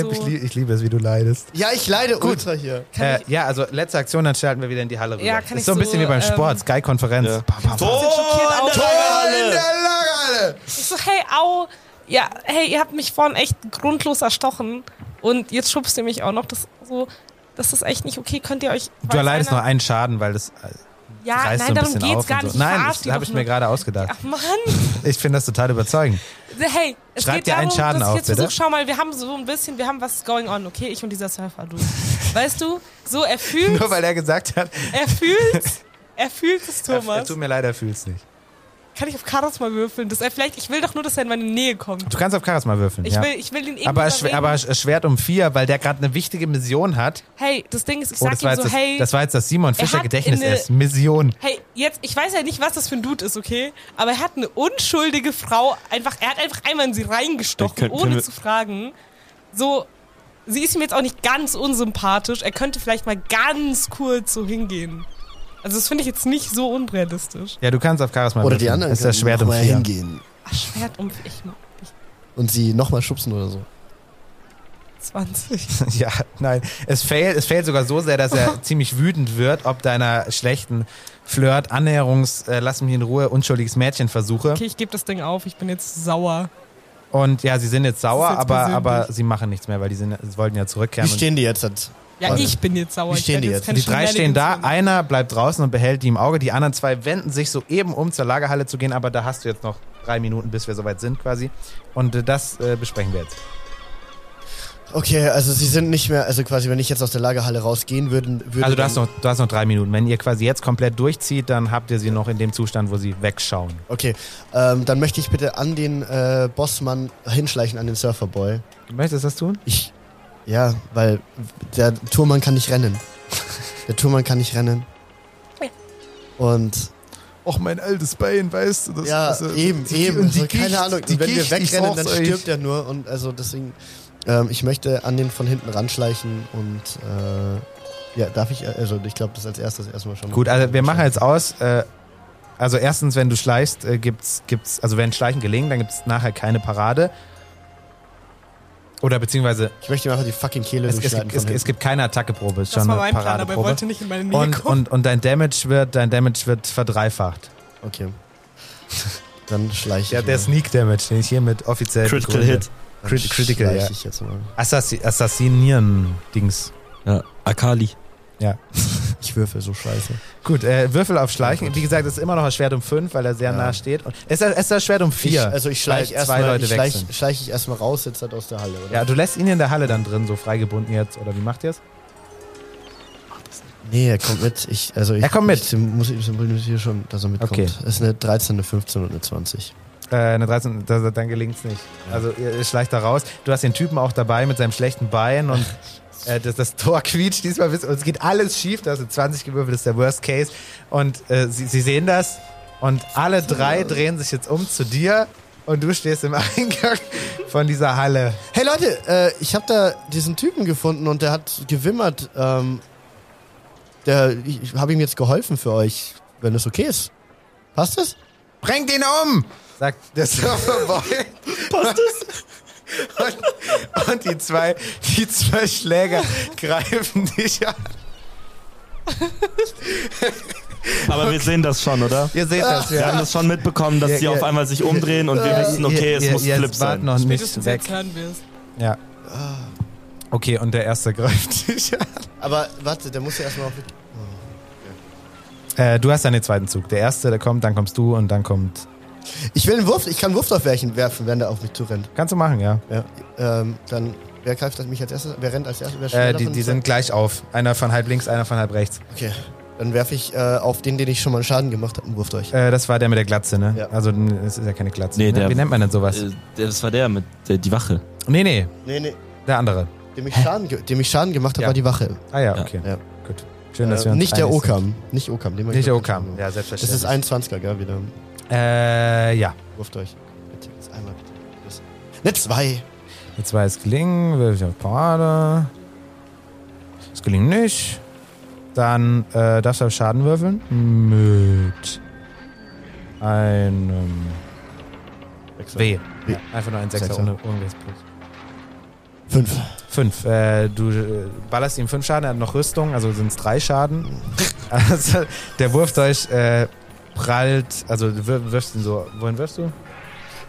liebe es, wie du leidest. Ja, ich leide ultra hier. kann äh, ja, also letzte Aktion, dann schalten wir wieder in die Halle rüber. Ja, kann ist ich so ein so, bisschen wie beim ähm, Sport, Sky-Konferenz. Ja. Bam, bam, bam. ich schockiert in der aus. Lagerhalle! Lagerhalle! ich so, hey, au. Ja, hey, ihr habt mich vorhin echt grundlos erstochen. Und jetzt schubst ihr mich auch noch. Das, so, das ist echt nicht okay. Könnt ihr euch. Du erleidest einer- noch einen Schaden, weil das äh, Ja, reißt so Ah, nein, ein darum bisschen geht's auf. gar und nicht. so. Nein, verarsch das die habe doch ich mir nur. gerade ausgedacht. Ach Mann, Ich finde das total überzeugend. hey, es Schreib geht dir einen darum, Schaden dass ich auf, jetzt bitte. versuch, schau mal, wir haben so ein bisschen, wir haben was going on, okay? Ich und dieser Surfer, du. Weißt du, so er fühlt, Nur weil er gesagt hat, er fühlt, er fühlt es, er- er Thomas. tut mir leid, er fühlt's nicht. Kann ich auf Charisma würfeln? Dass er vielleicht, ich will doch nur, dass er in meine Nähe kommt. Du kannst auf Charisma würfeln, Ich ja. will, ich will ihn irgendwie aber erschw überreden. aber ersch- erschwert um vier, weil der gerade eine wichtige Mission hat. hey, das Ding ist, ich Oh, sag das war, jetzt ihm so, das, hey, das war jetzt das Simon Er Fischer hat Gedächtnis in eine- erst. Mission. hey, jetzt, ich weiß ja nicht, was das für ein Dude ist, okay? Aber er hat eine unschuldige Frau einfach, er hat einfach einmal in sie reingestochen, Können- können ohne wir- zu fragen. So, sie ist ihm jetzt auch nicht ganz unsympathisch. Er könnte vielleicht mal ganz kurz so hingehen. Also das finde ich jetzt nicht so unrealistisch. Ja, du kannst auf Charisma Oder würfeln. die anderen Das ist erschwert noch um mal vier. hingehen Ach, Schwert um ich, und sie nochmal schubsen oder so. 20. Ja, nein. Es fällt es fällt sogar so sehr, dass er ziemlich wütend wird, ob deiner schlechten Flirt, Annäherungs, äh, lass mich in Ruhe, unschuldiges Mädchenversuche. Okay, ich gebe das Ding auf. Ich bin jetzt sauer. Und ja, sie sind jetzt sauer, Das ist jetzt aber, aber persönlich. sie machen nichts mehr, weil die sind, sie wollten ja Wie zurückkehren. stehen die jetzt? Das- Ja, Warte. ich bin jetzt sauer. Wie Ich stehen werd die jetzt jetzt? und keine die drei stehen da, Ah, Shenanigans einer bleibt draußen und behält die im Auge, die anderen zwei wenden sich so eben um zur Lagerhalle zu gehen, aber da hast du jetzt noch drei Minuten, bis wir soweit sind quasi. Und äh, das äh, besprechen wir jetzt. Okay, also sie sind nicht mehr, also quasi, wenn ich jetzt aus der Lagerhalle rausgehen würden, würde Also du hast, dann- noch, du hast noch drei Minuten. Wenn ihr quasi jetzt komplett durchzieht, dann habt ihr sie noch in dem Zustand, wo sie wegschauen. Okay, ähm, dann möchte ich bitte an den äh, Bossmann hinschleichen, an den Surferboy. Du möchtest das tun? Ich, ja, weil der Turmmann kann nicht rennen. Der Turmmann kann nicht rennen. Und Och, mein altes Bein, weißt du das? ja, das, das- eben, eben. und also, die keine Gicht, Ahnung. die wenn wir Gicht, ich wegrennen, sag's dann euch. stirbt er nur. Und also deswegen, ähm, ich möchte an den von hinten ranschleichen und äh, ja, darf ich, äh, also ich glaube, das als erstes erstmal schon. Gut, also wir machen jetzt aus. Äh, also erstens, wenn du schleichst, äh, gibt's, gibt's, also wenn Schleichen gelingen, dann gibt's nachher keine Parade. Oder beziehungsweise Ich möchte ihm einfach die fucking Kehle es, es, durchschneiden. gibt- es, von es gibt keine Attackeprobe, es ist Das schon war eine mein Plan, aber er Paradeprobe. wollte nicht in meine Nähe Und, kommen. und, und dein Damage wird, dein Damage wird verdreifacht. hinten. Okay. dann schleiche ich. mal. Sneak Damage, den ich hiermit offiziell Critical Hit. Dann Crit- Critical, schleiche ja. ich jetzt mal. Assassi Assassinieren-Dings. Ja, Akali. Ich würfel so scheiße. Gut, äh, Würfel auf Schleichen. Wie gesagt, es ist immer noch erschwert um 5, weil er sehr Ja. nah steht. Und es ist, es ist erschwert um 4. Ich, also ich schleiche weil zwei erstmal Leute ich weg schleich, sind. schleich ich erstmal raus, jetzt halt aus der Halle, oder? Ja, du lässt ihn in der Halle dann drin, so freigebunden jetzt, oder wie macht ihr es? Nee, er kommt mit. Ich, also ich, Er kommt mit. Ich muss ihm symbolisieren schon, dass er mitkommt. Okay. Das ist eine 13, eine 15 und eine 20. Äh, eine 13, da, da- dann gelingt's nicht. Also ihr, ihr schleicht da raus. Du hast den Typen auch dabei mit seinem schlechten Bein und äh, das, das Tor quietscht diesmal. bis- Und es geht alles schief. Da hast du 20 gewürfelt, das ist der Worst Case. Und äh, sie, sie sehen das und alle drei drehen sich jetzt um zu dir und du stehst im Eingang von dieser Halle. Hey Leute, äh, ich habe da diesen Typen gefunden und der hat gewimmert. Ähm, der, ich ich habe ihm jetzt geholfen für euch, wenn es okay ist. Passt das? Bringt ihn um! sagt der Surferboy. Passt das? Und, und die, zwei, die zwei Schläger greifen dich an. Aber wir sehen das schon, oder? Ihr seht das, Wir haben das schon mitbekommen, dass Ja, sie ja. Äh, auf einmal sich umdrehen und wir wissen, okay, es Ihr- ihr- muss ihr Flip wart sein. noch nicht Spätestens weg. jetzt hören wir es. Ja. Okay, und der erste greift dich an. Aber warte, der muss ja erstmal auf. Äh, du hast dann den zweiten Zug. Der erste, der kommt, dann kommst du und dann kommt. Ich will einen Wurf, ich kann einen Wurf auf welchen werfen, wenn der auf mich zurennt. Kannst du machen, ja. Ja. Ähm, dann, wer greift das mich als erstes? Wer rennt als erstes? Wer Äh, schneller die, von die zwei? sind gleich auf. Einer von halb links, einer von halb rechts. Okay. Dann werfe ich äh, auf den, den ich schon mal Schaden gemacht habe, einen Wurf durch. Äh, das war der mit der Glatze, ne? Ja. Also, n- es ist ja keine Glatze. Nee, ne? der- Wie nennt man denn sowas? Äh, Das war der mit der, die Wache. nee, nee, Nee, nee. der andere. Dem ich, Schaden, ge- dem ich Schaden gemacht habe, Ja. war die Wache. Ah, ja, Ja. okay. Ja. Gut. Schön, dass wir äh, uns nicht der einig sind. Okam. Nicht Okam. Den wir Nicht der geblockt Okam. haben. Ja, Das ist selbstverständlich. 21er, gell, wieder. Äh, ja. Wurf durch. Bitte, jetzt einmal bitte. Das- Ne, zwei. Jetzt war es gelingen, wirf ich auf Parade. Es gelingt nicht. Dann äh, darfst du auf Schaden würfeln. Mit einem W. W. Ja, einfach nur ein Sechser Sechser. ohne, ohne das Plus. Fünf. Fünf. Äh, du äh, ballerst ihm fünf Schaden, er hat noch Rüstung, also sind es drei Schaden. also, der Wurf durch äh, prallt, also du wir- wirfst ihn so. Wohin wirfst du?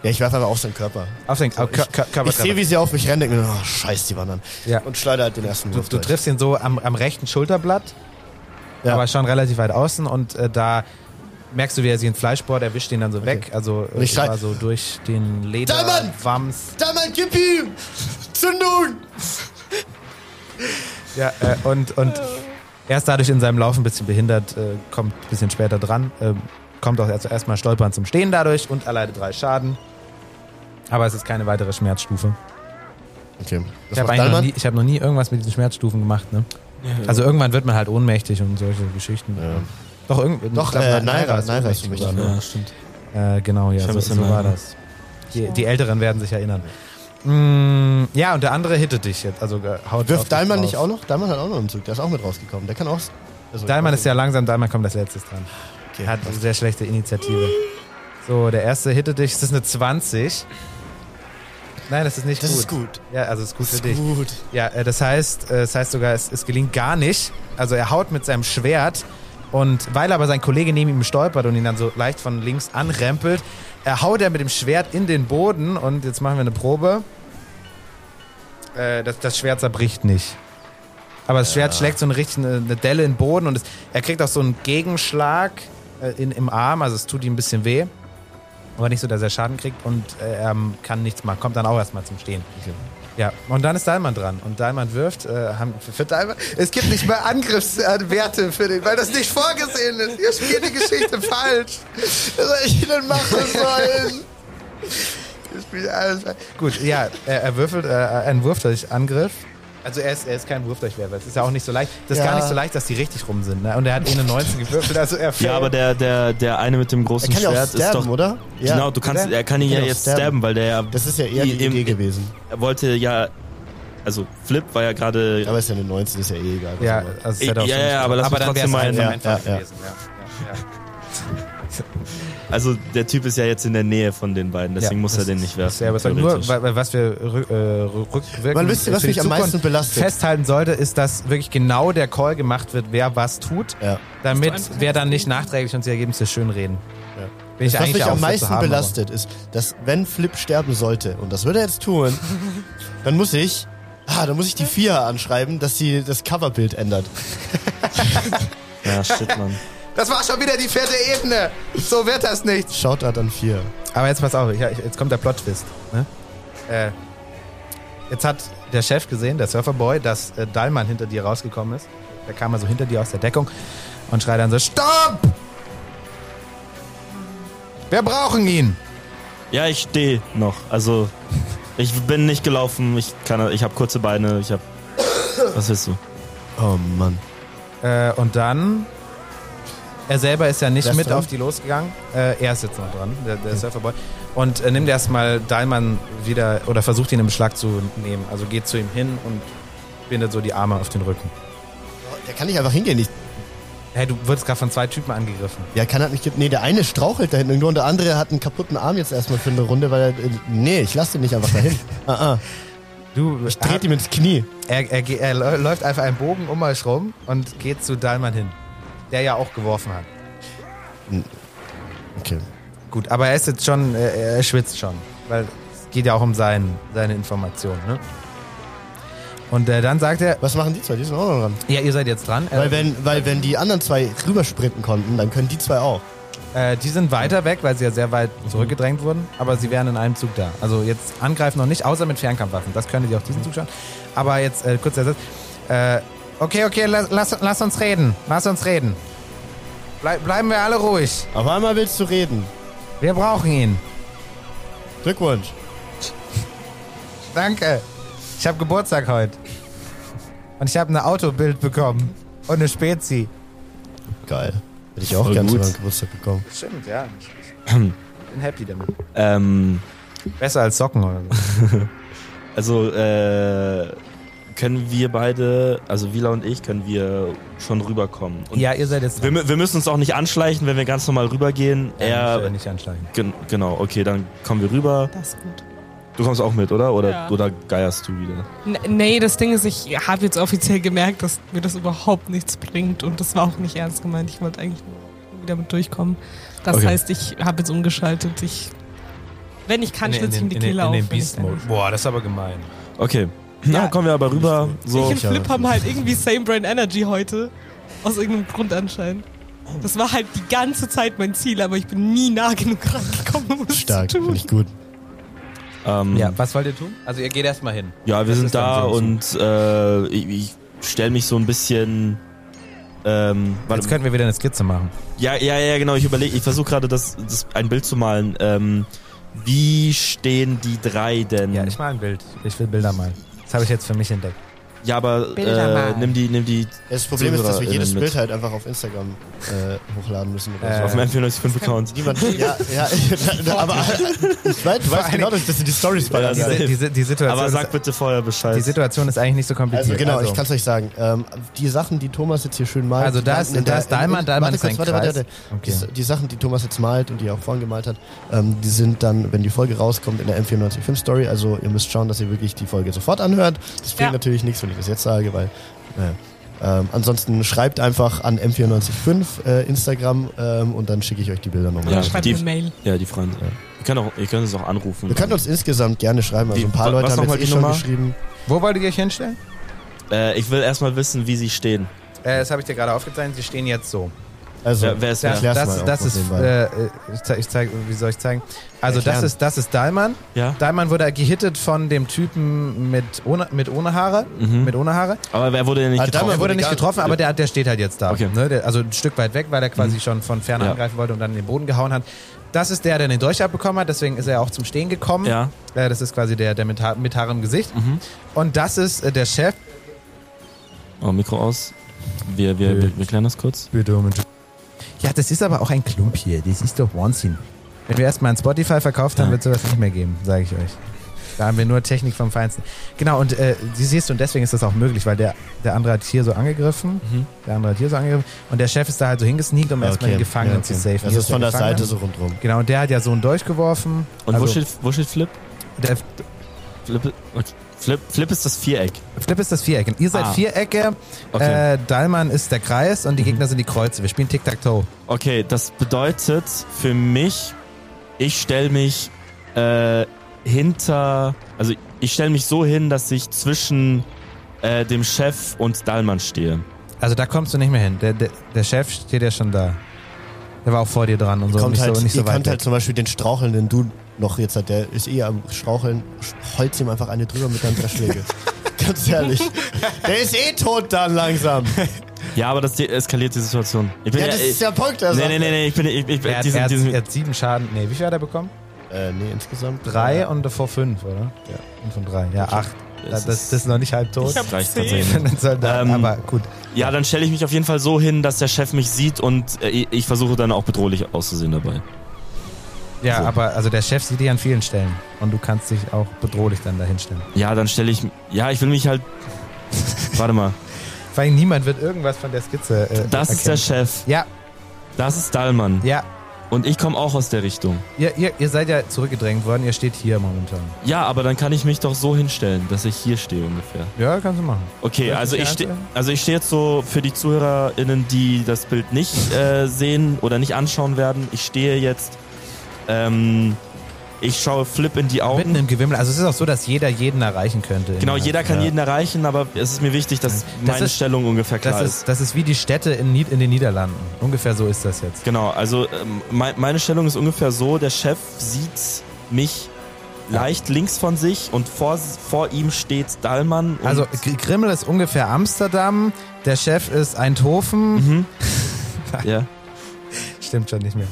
Ja, ich werfe aber auf seinen Körper. Auf den auf Kör- Kör- Körper. Ich sehe, wie sie auf mich rennt, denke mir, oh, scheiß die wandern. Ja. Und schleudere halt den ersten Du, Wurf du durch. triffst ihn so am, am rechten Schulterblatt, Ja. aber schon relativ weit außen und äh, da merkst du, wie er sich ein Fleischboard erwischt, ihn dann so weg. Also äh, Und ich schrei- war so durch den Da, Mann! Lederwams. Da, Mann, gib ihm! Zündung! Ja, äh, und, und er ist dadurch in seinem Laufen ein bisschen behindert, äh, kommt ein bisschen später dran, äh, kommt auch erst- erstmal stolpern zum Stehen dadurch und erleidet drei Schaden. Aber es ist keine weitere Schmerzstufe. Okay. Was Ich habe macht eigentlich noch Dallmann? nie, ich hab noch nie irgendwas mit diesen Schmerzstufen gemacht, ne? Also irgendwann wird man halt ohnmächtig und solche Geschichten. Doch, irgend, Doch, ich glaub, äh, Naira Naira, ist Naira ohnmächtig ist für mich geworden, ne? stimmt. Äh, genau, ja, hab so, es ja so mal- war das. Die, die Älteren werden sich erinnern. Mm, ja, und der andere hittet dich jetzt. Also äh, haut auf dich Wirft Dallmann drauf. nicht auch noch? Dallmann hat auch noch einen Zug. Der ist auch mit rausgekommen. Der kann auch. Also, Dahlmann ist ja langsam, Dahlmann kommt als letztes dran. Okay. Hat eine sehr schlechte Initiative. So, der erste hittet dich. Es ist eine 20. Nein, das ist nicht Das gut. ist gut. Ja, also es ist gut Das für dich. ist gut. Ja, äh, das heißt, äh, das heißt sogar, es, es gelingt gar nicht. Also er haut mit seinem Schwert und weil aber sein Kollege neben ihm stolpert und ihn dann so leicht von links anrempelt, er haut er mit dem Schwert in den Boden und jetzt machen wir eine Probe. Äh, das, das Schwert zerbricht nicht. Aber das Schwert schlägt so eine richtige eine Delle in den Boden und es, er kriegt auch so einen Gegenschlag äh, in, im Arm, also es tut ihm ein bisschen weh. Aber nicht so, dass er Schaden kriegt und äh, er ähm, kann nichts machen. Kommt dann auch erstmal zum Stehen. Ja, und dann ist Dahlmann dran. Und Dahlmann wirft. Äh, haben, für Dahlmann, es gibt nicht mal Angriffswerte für den, weil das nicht vorgesehen ist. Ihr spielt die Geschichte falsch. Was soll ich denn machen sollen? Ihr spielt alles falsch. Gut, ja, er, er würfelt äh, einen Wurf durch Angriff. Also er ist, er ist kein Wurf durch Werwolf. Es ist ja auch nicht so leicht. Das ist Ja. gar nicht so leicht, dass die richtig rum sind. Ne? Und er hat eh eine 19 gewürfelt. Also er Ja, aber der, der, der eine mit dem er großen kann ja auch Schwert ist sterben, doch. oder? Ja. Genau, du kannst, er kann ihn Kann ja auch jetzt sterben. sterben, weil der ja, Das ist ja eher die Im- Idee gewesen. er wollte ja, also Flip war ja gerade Aber ist ja eine 19, ist ja eh egal. was Ja, er macht. also es Ja, hätte auch ja, schon- ja, aber lass mich dann wär's trotzdem mal- einfach Ja, einfach ja, ja. gewesen. Ja, ja. Also der Typ ist ja jetzt in der Nähe von den beiden, deswegen Ja, muss er das den ist- nicht das ist werfen. ja überzeugt. theoretisch. Nur, weil, weil was wir rück, äh, rückwirkend Man wisst ihr, was für die mich am Zukunft meisten belastet? festhalten sollte, ist, dass wirklich genau der Call gemacht wird, wer was tut, Ja. damit wir dann nicht nachträglich uns die Ergebnisse schönreden. Ja. Bin ich Das, was eigentlich mich auch am so zu meisten haben, aber- belastet, ist, dass wenn Flip sterben sollte, und das würde er jetzt tun, dann muss ich, ah, dann muss ich die vier anschreiben, dass sie das Coverbild ändert. ja, shit, Mann. Das war schon wieder die vierte Ebene. So wird das nicht. Shoutout an vier. Aber jetzt pass auf, ich, ich- jetzt kommt der Plot-Twist. Ne? Äh, jetzt hat der Chef gesehen, der Surferboy, dass äh, Dallmann hinter dir rausgekommen ist. Der kam also hinter dir aus der Deckung und schreit dann so, Stopp! Wir brauchen ihn! Ja, ich stehe noch. Also, ich bin nicht gelaufen. Ich kann, ich habe kurze Beine. Ich habe. Was willst du? Oh Mann. Äh, und dann. Er selber ist ja nicht Wer ist mit dran? auf die losgegangen. Äh, er ist jetzt noch dran, der, der Surferboy. Und äh, nimmt erstmal Dahlmann wieder oder versucht ihn in Beschlag zu nehmen. Also geht zu ihm hin und bindet so die Arme auf den Rücken. Oh, Der kann nicht einfach hingehen. Ich, Hey, du wurdest gerade von zwei Typen angegriffen. der kann halt nicht. Nee, der eine strauchelt da hinten irgendwo und der andere hat einen kaputten Arm jetzt erstmal für eine Runde, weil er. äh, Nee, ich lasse den nicht einfach dahin. ah, ah. Du, Ich trete ihm ins Knie. er, er, ge- er läu- läuft einfach einen Bogen um euch rum und geht zu Dahlmann hin. Der ja auch geworfen hat. Okay. Gut, aber er ist jetzt schon, äh, er schwitzt schon, weil es geht ja auch um seinen, seine Informationen, ne? Und äh, dann sagt er, Was machen die zwei? Die sind auch noch dran. ja, ihr seid jetzt dran. Weil äh, wenn, weil wenn die anderen zwei rübersprinten konnten, dann können die zwei auch. äh, die sind weiter weg, weil sie ja sehr weit zurückgedrängt wurden, aber sie wären in einem Zug da. Also jetzt angreifen noch nicht, außer mit Fernkampfwaffen. Das könnte die auch diesen Zug schauen. Aber jetzt äh, kurz ersetzt. Äh, okay, okay, lass, lass, lass uns reden. Lass uns reden. Blei- bleiben wir alle ruhig. Auf einmal willst du reden. Wir brauchen ihn. Glückwunsch. Danke. Ich habe Geburtstag heute. Und ich habe eine Autobild bekommen. Und eine Spezi. Geil. Hätte ich auch Voll gerne zu gut. meinem Geburtstag bekommen. Stimmt, ja. Ich bin happy damit. Ähm, Besser als Socken oder so. also, äh, können wir beide, also Wila und ich, können wir schon rüberkommen. Und Ja, ihr seid jetzt Wir, mü- wir müssen uns auch nicht anschleichen, wenn wir ganz normal rübergehen. ja, Er, nicht anschlagen. gen, genau, okay, dann kommen wir rüber. Das ist gut. Du kommst auch mit, oder? Oder, Ja. oder geierst du wieder? N nee, das Ding ist, ich habe jetzt offiziell gemerkt, dass mir das überhaupt nichts bringt und das war auch nicht ernst gemeint. Ich wollte eigentlich nur wieder mit durchkommen. Das Okay. heißt, ich habe jetzt umgeschaltet. Ich, wenn ich kann, schlitze ich ihm die Kehle auf. den wenn ich Beast kann. Mode. Boah, das ist aber gemein. Okay. Na, Ja. kommen wir aber rüber. Ich So. und Flip haben halt irgendwie Same Brain Energy heute. Aus irgendeinem Grund anscheinend. Das war halt die ganze Zeit mein Ziel, aber ich bin nie nah genug rangekommen, um es Stark, zu finde tun. ich gut. Ähm, Ja, was wollt ihr tun? Also ihr geht erstmal hin. Ja, wir Das sind ist dann da so ein und äh, ich, ich stelle mich so ein bisschen. Ähm, Jetzt könnten wir wieder eine Skizze machen. ja, ja, ja, genau. Ich überlege, ich versuche gerade, das, das ein Bild zu malen. Ähm, wie stehen die drei denn? Ja, ich mal ein Bild. Ich will Bilder malen. Das habe ich jetzt für mich entdeckt. Ja, aber Bilder äh, malen. nimm die, nimm die Das Problem ist, dass wir jedes ZuhörerInnen mit. Bild halt einfach auf Instagram äh, hochladen müssen. Oder Äh, so. auf dem M495-Account. Niemand. Ja, ja, aber ich weiß, du weißt genau, dass das sind die Stories bei Ja, der das Seite. Die, die, die, Situation Aber ist, sag bitte vorher Bescheid. die Situation ist eigentlich nicht so kompliziert. Also genau, ich kann es euch sagen. Ähm, die Sachen, die Thomas jetzt hier schön malt. Also da die ist- landen in da der- ist Dahlmann, in- Dahlmann warte ist kurz, ein warte, warte, warte. Okay. Die, die Sachen, die Thomas jetzt malt und die er auch vorhin gemalt hat, ähm, die sind dann, wenn die Folge rauskommt, in der M495 Story. Also ihr müsst schauen, dass ihr wirklich die Folge sofort anhört. Das bringt Ja. natürlich nichts, wenn ich das jetzt sage, weil naja. Ähm, ansonsten schreibt einfach an M495 äh, Instagram ähm, und dann schicke ich euch die Bilder nochmal. Ja. Oder schreibt die- mir eine Mail. ja, die Freunde. Ihr könnt, auch, ihr könnt uns auch anrufen. Ihr könnt uns insgesamt gerne schreiben. Also Wie- ein paar wa- Leute was noch haben mal jetzt eh die schon Nummer? geschrieben. Wo wollt ihr euch hinstellen? äh, ich will erstmal wissen, wie sie stehen. Äh, das habe ich dir gerade aufgezeichnet. Sie stehen jetzt so. Also Wer, wer ist Das, wer? Erklär's das, mal das auch ist, nebenbei. äh, ich zeig, ich zeig, wie soll ich zeigen? Also das Erklären. ist, das ist Dahlmann. Ja. Dahlmann wurde gehittet von dem Typen mit ohne, mit ohne Haare. Mhm. Mit ohne Haare. Aber wer wurde denn nicht Ah, getroffen? damals Er wurde nicht egal. getroffen, aber der, der steht halt jetzt da. Okay. Mhm. Ne? Der, also ein Stück weit weg, weil er quasi schon von fern Ja. angreifen wollte und dann in den Boden gehauen hat. Das ist der, der den Durchschlag bekommen hat, deswegen ist er auch zum Stehen Hm? gekommen. Ja. Mhm. Äh, das ist quasi der, der mit, Haar- mit Haare im Gesicht. Und das ist äh, der Chef. Oh, Mikro aus. Wir, wir, wir, wir klären das kurz. Ja, das ist aber auch ein Klump hier. Das ist doch Wahnsinn. Wenn wir erstmal an Spotify verkauft haben, Ja. wird sowas nicht mehr geben, sage ich euch. Da haben wir nur Technik vom Feinsten. Genau, und äh, sie siehst du, und deswegen ist das auch möglich, weil der, der andere hat hier so angegriffen, der andere hat hier so angegriffen, und der Chef ist da halt so hingesneakt, um erstmal den Gefangenen Mhm. Ja, Ah, zu okay. safen. Das Hier ist von der Gefangene. Seite so rundrum. Genau, und der hat ja so einen durchgeworfen. Und wo, Also, steht, wo steht Flip? der Flip, okay. Flip? Flip ist das Viereck. Flip ist das Viereck. Und ihr seid Ah. Vierecke, Okay. äh, Dallmann ist der Kreis Mhm. und die Gegner sind die Kreuze. Wir spielen Tic-Tac-Toe. Okay, das bedeutet für mich, ich stelle mich äh, hinter, also ich stelle mich so hin, dass ich zwischen äh, dem Chef und Dahlmann stehe. Also da kommst du nicht mehr hin. Der, der, der Chef steht ja schon da. Der war auch vor dir dran und so. Kommt nicht halt, so, nicht so ihr weit könnt weg. halt zum Beispiel den strauchelnden Dude noch jetzt hat, der ist eh am Straucheln, sch- holzt ihm einfach eine drüber mit einem Dreischläge. Ganz ehrlich. Der ist eh tot dann langsam. Ja, aber das eskaliert die Situation. Ich bin Ja, das ist der Punkt. Also. nee, nee, nee, nee, ich bin, ich, ich, er, hat, diesen, er, hat, diesen, er hat sieben Schaden. Nee, wie viel hat er bekommen? Äh, nee, insgesamt. Drei äh, und davor fünf, oder? Ja. Fünf und drei. Ja, acht. Das, Es das, das ist noch nicht halb tot. Ich hab reicht zehn. tatsächlich. Dann soll da- Ähm, aber gut. Ja, dann stelle ich mich auf jeden Fall so hin, dass der Chef mich sieht und äh, ich versuche dann auch bedrohlich auszusehen dabei. Ja, so. aber also der Chef sieht dich an vielen Stellen. Und du kannst dich auch bedrohlich dann dahinstellen. Ja, dann stelle ich. Ja, ich will mich halt. Warte mal. Vor allem niemand wird irgendwas von der Skizze. Äh, Das ist der erkennen. Chef. Ja, Das ist Dahlmann. ja. Und ich komme auch aus der Richtung. Ihr, ihr, ihr seid ja zurückgedrängt worden. Ihr steht hier momentan. Ja, aber dann kann ich mich doch so hinstellen, dass ich hier stehe ungefähr. Ja, kannst du machen. Okay, Soll ich also mich ich, hier ste anstellen? also ich stehe jetzt so für die ZuhörerInnen, die das Bild nicht äh, sehen oder nicht anschauen werden. Ich stehe jetzt, ähm, ich schaue Flip in die Augen. Mitten im Gewimmel. Also es ist auch so, dass jeder jeden erreichen könnte. Genau, Innerhalb. jeder kann ja. jeden erreichen, aber es ist mir wichtig, dass meine ist- Stellung ungefähr klar Das ist. ist, das ist wie die Städte in, Nied- in den Niederlanden. Ungefähr so ist das jetzt. Genau, also ähm, mei- meine Stellung ist ungefähr so, der Chef sieht mich leicht links von sich und vor, vor ihm steht Dahlmann. Und Also Gr- Grimmel ist ungefähr Amsterdam, der Chef ist Eindhoven. Mhm. ja. Stimmt schon nicht mehr.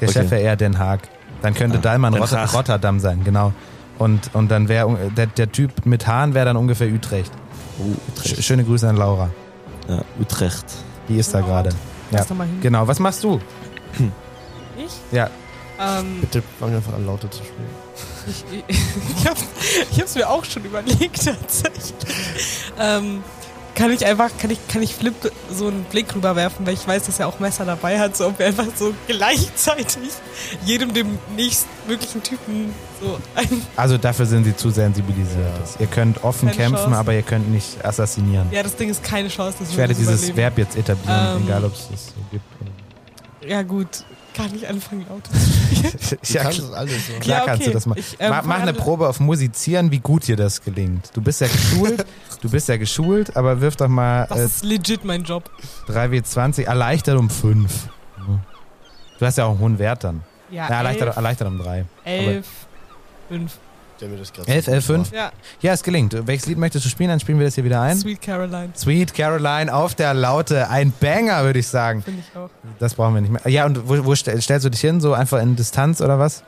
Der Okay. Chef wäre eher Den Haag. Dann könnte Ah, Dahlmann Den Rot Haag. Rotterdam sein, genau. Und, und dann wäre un- der, der Typ mit Haaren wäre dann ungefähr Utrecht. Sch Uh, Utrecht. schöne Grüße an Laura. Ja, Utrecht. Die ist da gerade. Ja. Lass doch mal hin. Genau, was machst du? Ich? Ja. Ähm, Bitte fang einfach an, lauter zu spielen. ich, ich, ich, hab's, ich hab's mir auch schon überlegt, tatsächlich. Ähm, kann ich einfach, kann ich, kann ich Flip so einen Blick rüberwerfen, weil ich weiß, dass er auch Messer dabei hat, so ob wir einfach so gleichzeitig jedem dem nächstmöglichen Typen so ein. Also dafür sind sie zu sensibilisiert. Ihr könnt offen Keine kämpfen, Chance. aber ihr könnt nicht assassinieren. Ja, das Ding ist keine Chance, dass Ich werde das dieses überleben. Verb jetzt etablieren, Ähm. egal ob es das so gibt. Ja, gut. Kann ich anfangen, laut. Du kannst es alles. So. Klar Ja, kannst du okay. das machen. Ich, ähm, mach, mach eine verhandle- Probe auf Musizieren, wie gut dir das gelingt. Du bist ja geschult, du bist ja geschult, aber wirf doch mal Das äh, ist legit mein Job. 3W20, erleichtert um 5. Du hast ja auch einen hohen Wert dann. Ja, Ja, erleichtert, erleichtert um 3. elf, fünf. Stell mir das gerade Elf, so elf, vor. fünf? Ja, Ja, es gelingt. Welches Lied möchtest du spielen? Dann spielen wir das hier wieder ein. Sweet Caroline. Sweet Caroline auf der Laute. Ein Banger, würde ich sagen. Finde ich auch. Das brauchen wir nicht mehr. Ja, und wo, wo stell, stellst du dich hin? So einfach in Distanz oder was?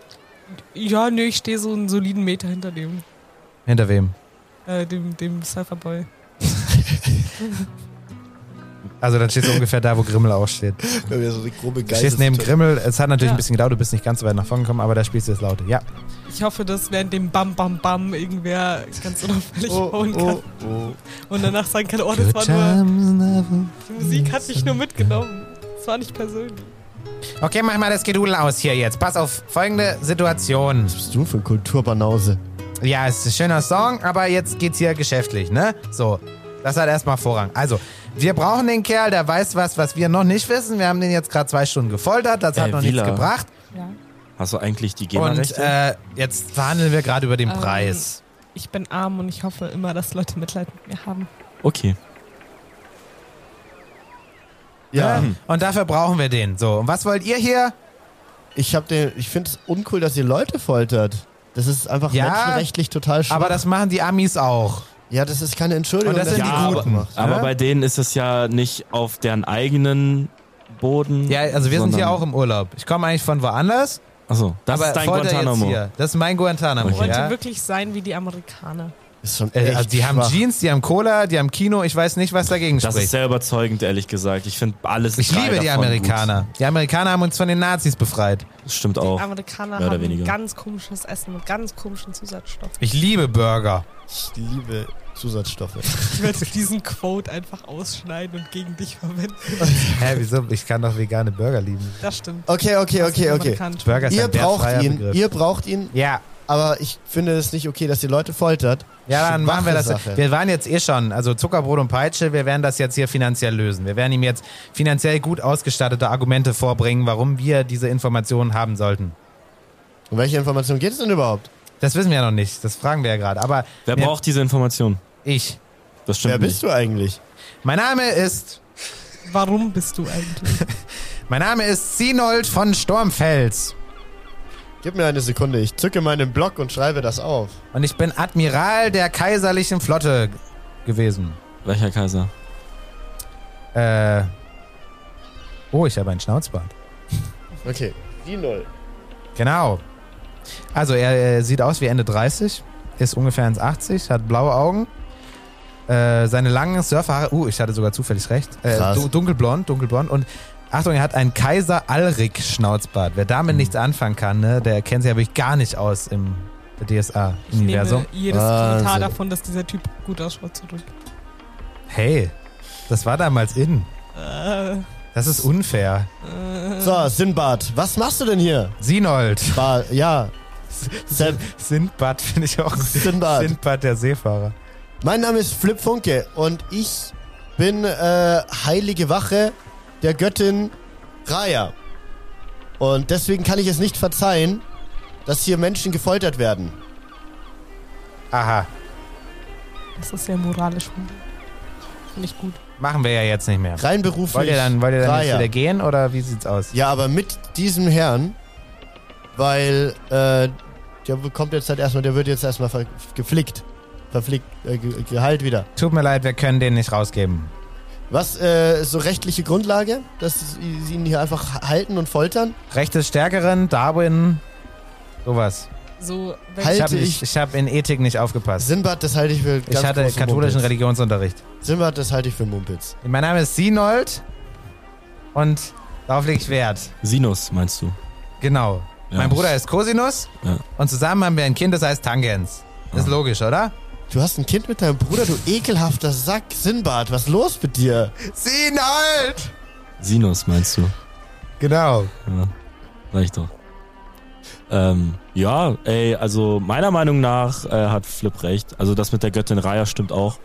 Ja, nö, ich stehe so einen soliden Meter hinter dem, Hinter wem? äh, dem, dem Cypherboy. Also dann stehst du ungefähr da, wo Grimmel auch steht. Wenn wir so eine grobe Du Geist. stehst neben Grimmel. Es hat natürlich Ja. ein bisschen gedauert. Du bist nicht ganz so weit nach vorne gekommen, aber da spielst du das Laute. Ja. Ich hoffe, dass während dem Bam Bam Bam irgendwer ganz unauffällig hauen kann und danach sagen kann, oh, das war nur, never. die Musik hat mich nur mitgenommen. Das war nicht persönlich. Okay, mach mal das Gedudel aus hier jetzt. Pass auf folgende Situation. Was bist du für ein Kulturbanause? Ja, es ist ein schöner Song, aber jetzt geht's hier geschäftlich, ne? So, das hat erstmal Vorrang. Also, wir brauchen den Kerl, der weiß was, was wir noch nicht wissen. Wir haben den jetzt gerade zwei Stunden gefoltert, das hat Äh, noch Wieler. nichts gebracht. Hast du eigentlich die Und Gamerrechte? äh, jetzt verhandeln wir gerade über den Ähm. Preis. Ich bin arm und ich hoffe immer, dass Leute Mitleid mit mir haben. okay. Ja, Ne? Und dafür brauchen wir den. So, und was wollt ihr hier? ich hab den. Ich finde es uncool, dass ihr Leute foltert. Das ist einfach Ja, menschenrechtlich total schwach. Aber das machen die Amis auch. ja, das ist keine Entschuldigung. Und das sind dass die ihr aber, Guten macht. aber ne? bei denen ist es ja nicht auf deren eigenen Boden. Ja, also wir sind sondern- hier auch im Urlaub. Ich komme eigentlich von woanders, Achso, das aber ist dein folter jetzt Guantanamo. hier. Das ist mein Guantanamo. Ich wollte Ja? wirklich sein wie die Amerikaner. Ist schon Äh, echt also die haben schwach. Jeans, die haben Cola, die haben Kino. Ich weiß nicht, was dagegen Das ist spricht. sehr überzeugend, ehrlich gesagt. Ich finde alles Ich drei liebe die davon Amerikaner. Die Amerikaner haben uns von den Nazis befreit. Gut. Das stimmt Die auch. Amerikaner Oh, Mehr oder haben weniger. ganz komisches Essen mit ganz komischen Zusatzstoffen. Ich liebe Burger. Ich liebe Zusatzstoffe. Ich werde diesen Quote einfach ausschneiden und gegen dich verwenden. Hä, wieso? Ich kann doch vegane Burger lieben. Das stimmt. Okay, okay, Das okay, okay. ist amerikanisch. Burger ist Ihr ein wertfreier braucht ihn, Begriff. ihr braucht ihn, ja, aber ich finde es nicht okay, dass ihr Leute foltert. ja, dann machen wir das. Schwache Sache. Wir waren jetzt eh schon, also Zuckerbrot und Peitsche, wir werden das jetzt hier finanziell lösen. Wir werden ihm jetzt finanziell gut ausgestattete Argumente vorbringen, warum wir diese Informationen haben sollten. Um welche Information geht es denn überhaupt? Das wissen wir ja noch nicht, das fragen wir ja gerade. Aber Wer mir- braucht diese Information? ich. Das stimmt Wer bist du eigentlich? Mein Name ist. Warum bist du eigentlich? Mein Name ist Sinold von Sturmfels. Gib mir eine Sekunde, ich zücke meinen Block und schreibe das auf. Und ich bin Admiral der kaiserlichen Flotte g- gewesen. du? Welcher Kaiser? Äh. Oh, ich habe einen Schnauzbart. Okay, die Null. Genau. Also er, äh, sieht aus wie Ende 30, ist ungefähr 1,80, hat blaue Augen. Äh, seine langen Surferhaare, uh, ich hatte sogar zufällig recht. Äh, Krass. du, dunkelblond, dunkelblond. Und Achtung, er hat einen Kaiser Alrik Schnauzbart. Wer damit nichts anfangen kann, ne, der kennt sich ja wirklich gar nicht aus im Ich DSA-Universum. nehme jedes Wahnsinn. Kommentar davon, dass dieser Typ gut ausschaut, zurück. Hey, das war damals in. Äh, Das ist unfair. äh, So, Sinbad, was machst du denn hier? Sinold. Ba ja. Sam, Sindbad finde ich auch. Sinbad. Sindbad der Seefahrer. Mein Name ist Flip Funke und ich bin äh, heilige Wache der Göttin Raya. Und deswegen kann ich es nicht verzeihen, dass hier Menschen gefoltert werden. Aha, das ist sehr moralisch. Finde ich gut. machen wir ja jetzt nicht mehr. Rein beruflich. Wollt ihr dann, wollt ihr dann jetzt Raya. wieder gehen oder wie sieht's aus? Ja, aber mit diesem Herrn, weil äh, der bekommt jetzt halt erstmal, der wird jetzt erstmal ver geflickt. Verflickt, äh, ge geheilt wieder. Tut mir leid, wir können den nicht rausgeben. Was äh, ist so rechtliche Grundlage, dass sie sie ihn hier einfach halten und foltern? Recht des Stärkeren, Darwin, sowas. So, wenn Halt- Ich Hätte habe ich- ich hab in Ethik nicht aufgepasst. Sinbad, das halte ich für ganz Ich hatte großen katholischen Mumpitz. Religionsunterricht. Sinbad, das halte ich für Mumpitz. Mein Name ist Sinold und darauf lege ich Wert. Sinus, meinst du? Genau. Ja, mein das- Bruder ist Cosinus Ja. und zusammen haben wir ein Kind, das heißt Tangens. Ist logisch, oder? Du hast ein Kind mit deinem Bruder, du ekelhafter Sack. Sinbad, was ist los mit dir? Sinold! Sinus, meinst du? Genau. Ja, reicht doch. Ähm, ja, ey, also meiner Meinung nach äh, hat Flip recht. Also das mit der Göttin Raya stimmt auch.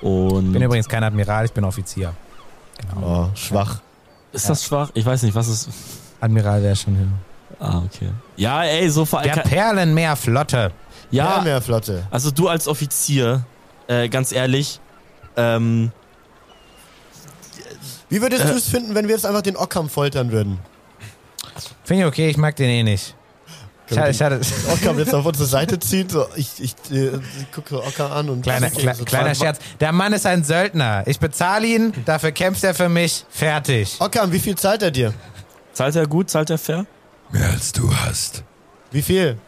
Und Ich bin übrigens kein Admiral, ich bin Offizier. Oh, schwach. ist das schwach? Ich weiß nicht, was ist. Admiral wäre schon hin. Ah, okay. Ja, ey, so vor Der allem. Perlenmeerflotte. Ja. Ja, Mehr Flotte. also du als Offizier, äh, ganz ehrlich, ähm, Wie würdest Äh. du es finden, wenn wir jetzt einfach den Ockham foltern würden? Finde ich okay, ich mag den eh nicht. Ich hatte, ich hatte, Ockam jetzt auf unsere Seite zieht. So, ich ich äh, gucke Ockam an und Kleiner, so, kle so kleiner zwei- Scherz. Der Mann ist ein Söldner. Ich bezahle ihn, dafür kämpft er für mich. Fertig. Ockam, wie viel zahlt er dir? zahlt er gut, zahlt er fair? Mehr als du hast. Wie viel?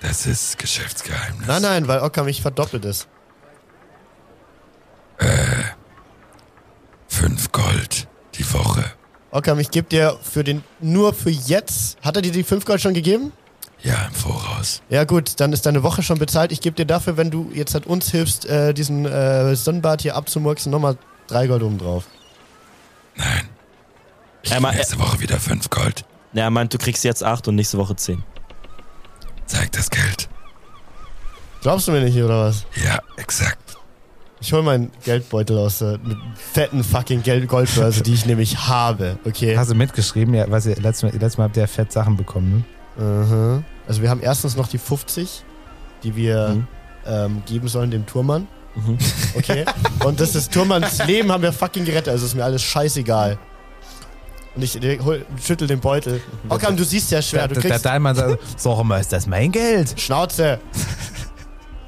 Das ist Geschäftsgeheimnis. Nein, nein, weil Ockam mich verdoppelt ist. Fünf Gold die Woche. Ockam, ich gebe dir für den nur für jetzt. Hat er dir die 5 Gold schon gegeben? Ja, im Voraus. Ja gut, dann ist deine Woche schon bezahlt. Ich gebe dir dafür, wenn du jetzt halt uns hilfst, äh, diesen äh, Sonnenbart hier abzumurksen, nochmal 3 Gold oben drauf. Nein. Ich Er krieg ma- nächste Woche wieder fünf Gold. Na, er meint, du kriegst jetzt acht und nächste Woche zehn. Zeig das Geld. Glaubst du mir nicht, oder was? Ja, exakt. Ich hol meinen Geldbeutel aus der mit fetten fucking Geld Goldbörse, die ich nämlich habe, okay? Hast du mitgeschrieben? Ja, was ihr, letztes, mal, letztes Mal habt ihr ja fett Sachen bekommen, ne? Mhm. Also wir haben erstens noch die 50, die wir Mhm. ähm, geben sollen dem Turmann. Mhm. Okay? Und das ist Turmanns Leben haben wir fucking gerettet, also ist mir alles scheißegal. Und ich äh, hol, schüttel den Beutel. Mhm. Ockam, du siehst ja Der, schwer, du der, der kriegst Dahlmann sagt, so immer ist das mein Geld. Schnauze.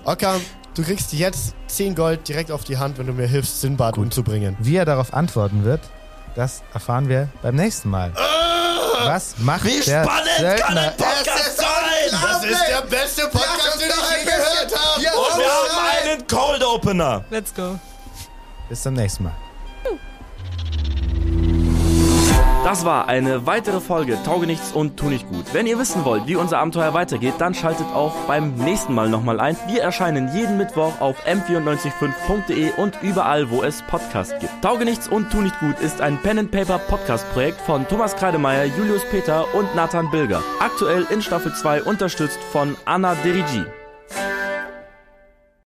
Ockam, du kriegst jetzt 10 Gold direkt auf die Hand, wenn du mir hilfst, Sinbad umzubringen. Wie er darauf antworten wird, das erfahren wir beim nächsten Mal. was macht Ah! wie der spannend Söldner? Podcast sein! Das ist der beste Podcast, den ich je gehört habe! Und wir haben einen Cold Opener! Let's go. Bis zum nächsten Mal. Das war eine weitere Folge Tauge nichts und tu nicht gut. Wenn ihr wissen wollt, wie unser Abenteuer weitergeht, dann schaltet auch beim nächsten Mal nochmal ein. Wir erscheinen jeden Mittwoch auf m945.de und überall, wo es Podcasts gibt. Tauge nichts und tu nicht gut ist ein Pen and Paper Podcast Projekt von Thomas Kreidemeier, Julius Peter und Nathan Bilger. Aktuell in Staffel 2 unterstützt von Anna Derigi.